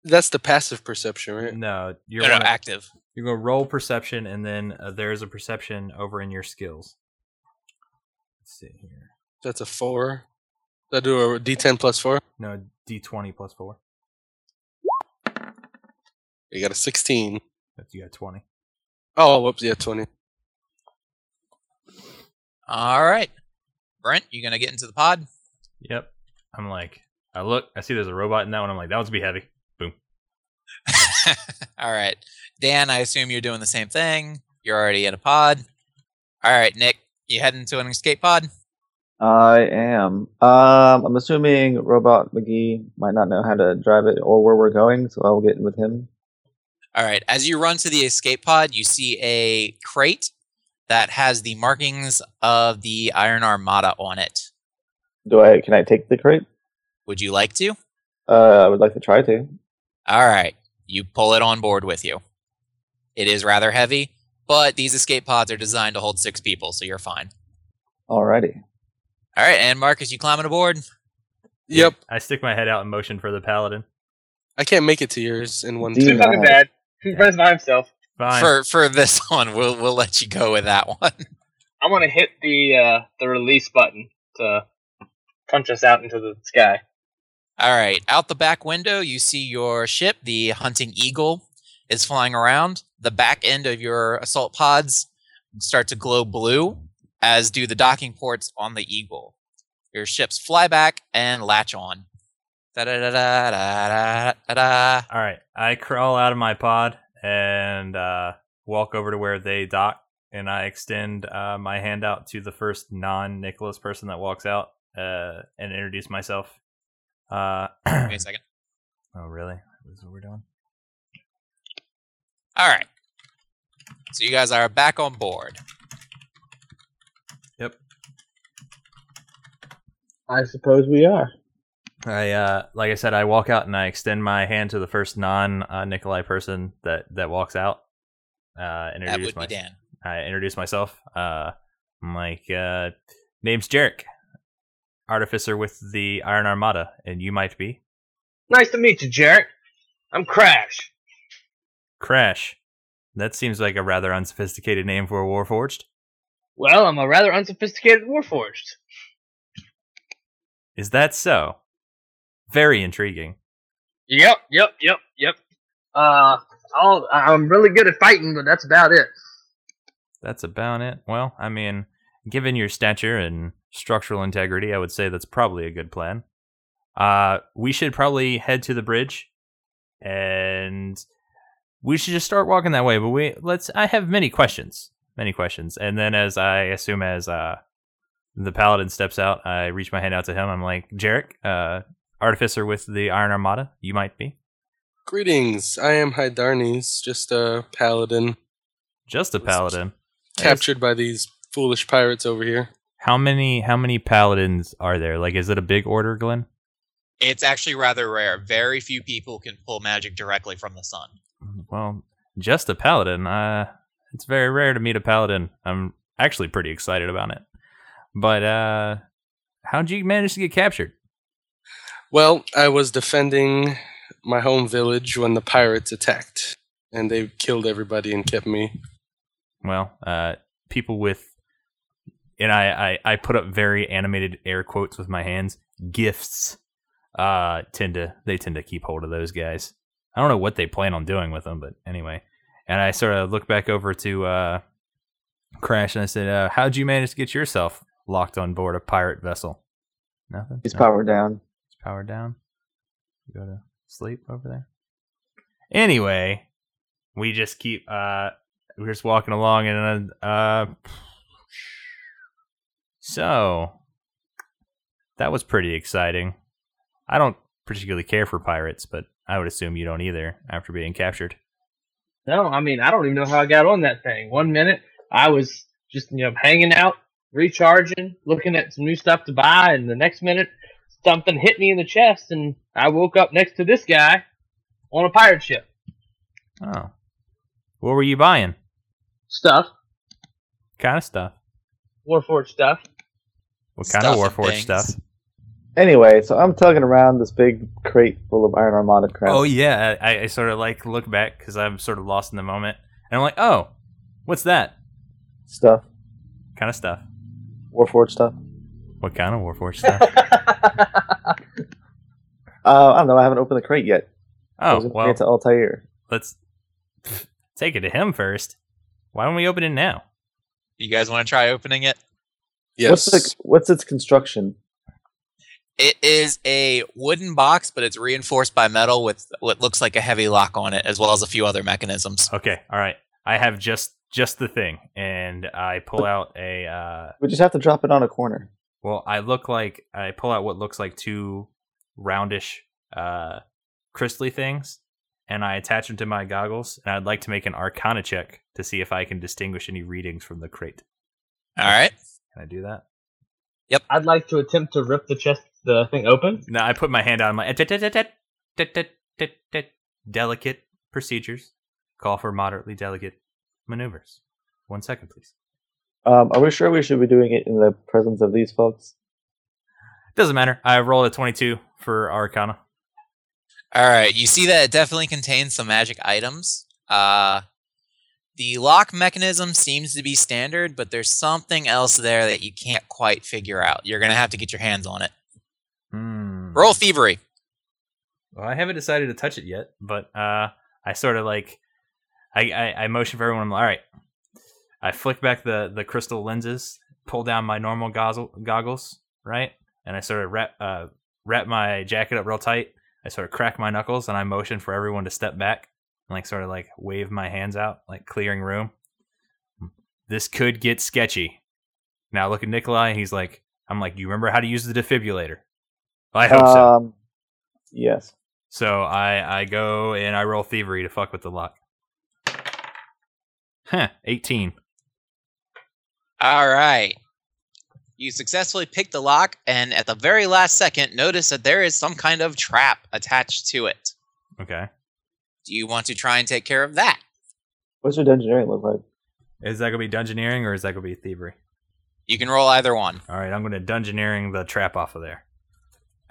That's the passive perception, right?
Mm-hmm.
No, you're
No, no,
gonna,
active.
you're gonna roll perception, and then uh, there's a perception over in your skills. Let's see here.
That's a four. Did I do a D10 plus four?
No, D20 plus four.
You got a 16.
That's you got 20.
Oh, whoops, yeah, 20.
All right. Brent, you going to get into the <laughs> pod?
Yep. I'm like, I look, I see there's a robot in that one. I'm like, that one's be heavy.
All right. Dan, I assume you're doing the same thing. You're already in a pod. All right, Nick, you heading to an escape pod?
I am. Um, I'm assuming Robot McGee might not know how to drive it or where we're going, so I'll get in with him.
All right. As you run to the escape pod, you see a crate that has the markings of the Iron Armada on it.
Do I? Can I take the crate?
Would you like to?
Uh, I would like to try to.
All right. You pull it on board with you. It is rather heavy, but these escape pods are designed to hold six people, so you're fine.
Alrighty.
All right. And Marcus, you climbing aboard?
Yep.
I stick my head out and motion for the paladin.
I can't make it to yours in one.
Do you
Too
turn.
not?
fucking bad. He's Brent's not himself.
Fine.
For for this <laughs> one, we'll we'll let you go with that one.
I want to hit the uh, the release button to punch us out into the sky.
All right. Out the back window, you see your ship, the Hunting Eagle, is flying around. The back end of your assault pods start to glow blue, as do the docking ports on the Eagle. Your ships fly back and latch on. Da-da-da-da-da-da-da-da.
All right. I crawl out of my pod and uh, walk over to where they dock, and I extend uh, my hand out to the first non Nicholas person that walks out uh, and introduce myself. Uh, <clears throat>
Wait a second.
oh, really? This is what we're doing?
All right. So you guys are back on board.
I suppose we are.
I uh, like I said, I walk out and I extend my hand to the first non uh, Nikolai person that that walks out. Uh,
That
introduce
would be
myself.
Dan.
I introduce myself. Uh, I'm like, uh, name's Jarek, artificer with the Iron Armada, and you might be
Nice to meet you, Jarek. I'm Crash.
Crash. That seems like a rather unsophisticated name for a Warforged.
Well, I'm a rather unsophisticated warforged.
Is that so? Very intriguing.
Yep, yep, yep, yep. Uh, I'll, I'm really good at fighting, but that's about it.
That's about it. Well, I mean, given your stature and structural integrity, I would say that's probably a good plan. Uh, we should probably head to the bridge, and we should just start walking that way. But we let's. I have many questions, many questions, and then as I assume as uh, the paladin steps out, I reach my hand out to him. I'm like, Jarek, uh, artificer with the Iron Armada, you might be
Greetings. I am Hydarnes, just a paladin
just a paladin.
captured by these foolish pirates over here.
How many how many paladins are there? Like, is it a big order, Glenn?
It's actually rather rare. Very few people can pull magic directly from the sun.
Well, just a paladin. Uh, it's very rare to meet a paladin. I'm actually pretty excited about it. But uh, how'd you manage to get captured?
Well, I was defending my home village when the pirates attacked, and they killed everybody and kept me.
Well, uh, people with, and I, I, I put up very animated air quotes with my hands. Gifts, uh, tend to they tend to keep hold of those guys. I don't know what they plan on doing with them, but anyway. And I sort of look back over to uh, Crash and I said, uh, "How'd you manage to get yourself locked on board a pirate vessel?" Nothing.
He's
No.
powered down.
It's powered down. You go to sleep over there. Anyway, we just keep uh we're just walking along and uh so that was pretty exciting. I don't particularly care for pirates, but I would assume you don't either after being captured.
No, I mean, I don't even know how I got on that thing. One minute, I was just, you know, hanging out, recharging, looking at some new stuff to buy, and the next minute, something hit me in the chest, and I woke up next to this guy on a pirate ship.
Oh. What were you buying?
Stuff,
Kind of stuff.
Warforged stuff.
What kind of
Stuff and
Warforged
things.
stuff?
Anyway, so I'm tugging around this big crate full of Iron Armada crap.
Oh yeah, I, I sort of like look back because I'm sort of lost in the moment, and I'm like, oh, what's that
Stuff.
kind of stuff?
Warforged stuff.
What kind of
<laughs>
Warforged stuff?
Uh, I don't know. I haven't opened the crate yet. I was
oh
gonna
well,
get to Altair.
let's pff, take it to him first. Why don't we open it now?
You guys want to try opening it?
Yes.
What's the, what's its construction?
It is a wooden box, but it's reinforced by metal with what looks like a heavy lock on it, as well as a few other mechanisms.
Okay, all right. I have just just the thing, and I pull out a. Uh,
We just have to drop it on a corner.
well, I look like I pull out what looks like two roundish, uh, crystally things, and I attach them to my goggles. And I'd like to make an Arcana check to see if I can distinguish any readings from the crate.
All right.
Can I do that?
I'd like to attempt to rip the chest, the thing open.
No, I put my hand on my delicate procedures. Call for moderately delicate maneuvers. One second, please.
Um, are we sure we should be doing it in the presence of these folks?
Doesn't matter. I rolled a twenty-two for Arcana.
All right, you see that it definitely contains some magic items. Uh, the lock mechanism seems to be standard, but there's something else there that you can't quite figure out. You're gonna have to get your hands on it.
Hmm.
Roll thievery.
Well, I haven't decided to touch it yet, but uh, I sort of like, I, I I motion for everyone. I'm like, all right. I flick back the the crystal lenses, pull down my normal gozzle, goggles, right, and I sort of wrap uh wrap my jacket up real tight. I sort of crack my knuckles, and I motion for everyone to step back and like sort of like wave my hands out, like clearing room. This could get sketchy. Now I look at Nikolai, and he's like, I'm like, do you remember how to use the defibrillator? I hope so.
Um, yes.
So I I go and I roll thievery to fuck with the luck. Huh, 18.
All right. You successfully pick the lock, and at the very last second, notice that there is some kind of trap attached to it.
Okay.
Do you want to try and take care of that?
What's your dungeoneering look like?
Is that going to be dungeoneering or is that going to be thievery?
You can roll either one.
All right, I'm going to dungeoneering the trap off of there.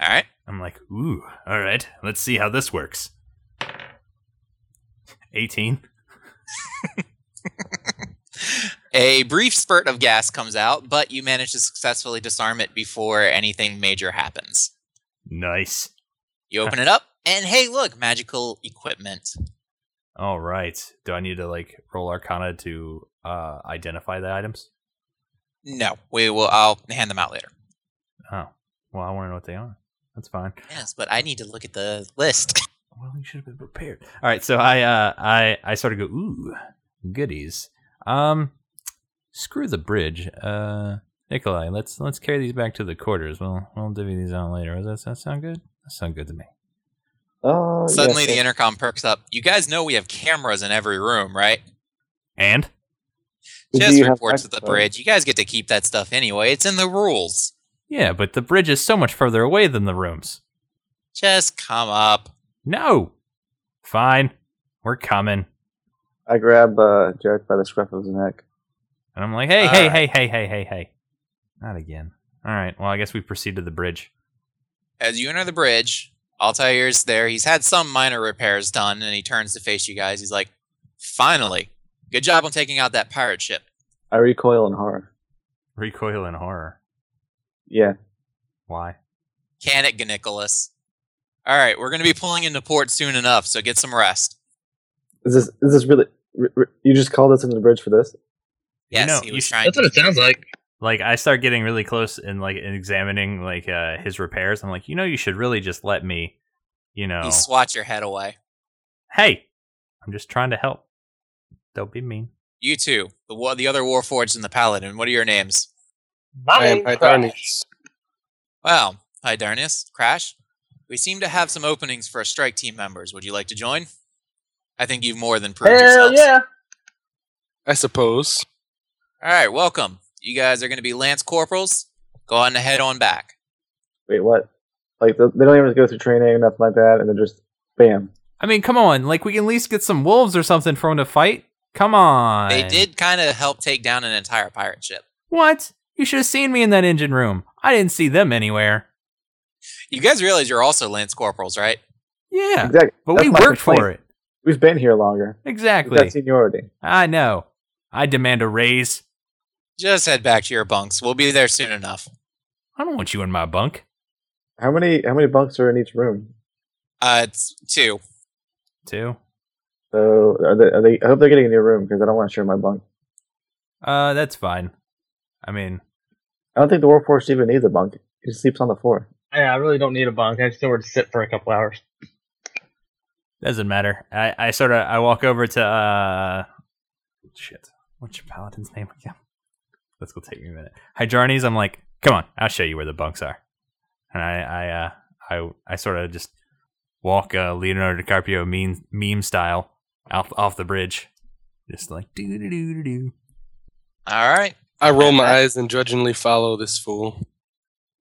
All right.
I'm like, "Ooh, all right. Let's see how this works." 18.
A brief spurt of gas comes out, but you manage to successfully disarm it before anything major happens.
Nice.
You open it up, and hey, look, magical equipment.
All right. Do I need to like roll arcana to uh identify the items?
No, we will. I'll hand them out later.
Oh. Well, I want to know what they are. That's fine.
Yes, but I need to look at the list.
Oh,
Well, you should have been prepared. All right, so I uh I I sort of go, ooh, goodies. Um screw the bridge. Uh Nikolai, let's let's carry these back to the quarters. We'll we'll divvy these out later. Does that, does that sound good? That sound good to me.
Oh, yes,
Suddenly, the
yes.
intercom perks up. You guys know we have cameras in every room, right?
And
Do
Just
you have
reports at the
microphones?
bridge. You guys get to keep that stuff anyway. It's in the rules.
yeah, but the bridge is so much further away than the rooms.
Just come up.
No. Fine. We're coming.
I grab uh, Jarek by the scruff of his neck.
And I'm like, hey,
All
hey,
right.
hey, hey, hey, hey, hey. Not again. All right. Well, I guess we proceed to the bridge.
As you enter the bridge, Altair's there. He's had some minor repairs done, and he turns to face you guys. He's like, finally. Good job on taking out that pirate ship.
I recoil in horror.
Recoil in horror.
Yeah.
Why?
Can it, Nicholas? All right, we're going to be pulling into port soon enough, so get some rest.
Is this is this really? R- r- you just called us into the bridge for this?
Yes,
know,
he
you
was
sh-
trying.
That's what it sounds like.
like I start getting really close and like and examining like uh his repairs. I'm like, you know, you should really just let me, you know.
You swat your head away.
hey, I'm just trying to help. Don't be mean.
You two, the wa- the other warforged and the paladin. What are your names?
I
Mine
am
crash.
Pythonius.
Well, Hydarnius, Crash. We seem to have some openings for strike team members. Would you like to join? I think you've more than proved
Hell
yourselves.
yeah!
I suppose.
All right, welcome. You guys are going to be lance corporals. Go on and head on back.
Wait, what? Like th- they don't even go through training or nothing like that, and they're just bam.
I mean, come on, like we can at least get some wolves or something for him to fight. Come on.
They did kind of help take down an entire pirate ship.
What? You should have seen me in that engine room. I didn't see them anywhere.
You guys realize you're also lance corporals, right?
Yeah.
Exactly.
But
That's
we
my
worked for
complaint.
it.
We've been here longer. We've
Exactly.
got seniority.
I know. I demand a raise.
Just head back to your bunks. We'll be there soon enough.
I don't want you in my bunk.
How many how many bunks are in each room?
Uh, it's two.
Too.
So are they? Are they I hope they're getting a new room because I don't want to share my bunk.
Uh, that's fine. I mean,
I don't think the Warforged even needs a bunk. He sleeps on the floor.
Yeah, I really don't need a bunk. I just know where to sit for a couple hours.
Doesn't matter. I, I sort of I walk over to uh shit. What's your paladin's name again? Let's go take me a minute. Hyjarnes, I'm like, come on, I'll show you where the bunks are. And I I uh I I sort of just walk uh Leonardo DiCaprio meme meme style off off the bridge. Just like doo doo doo doo doo.
All right.
I roll my eyes and drudgingly follow this fool.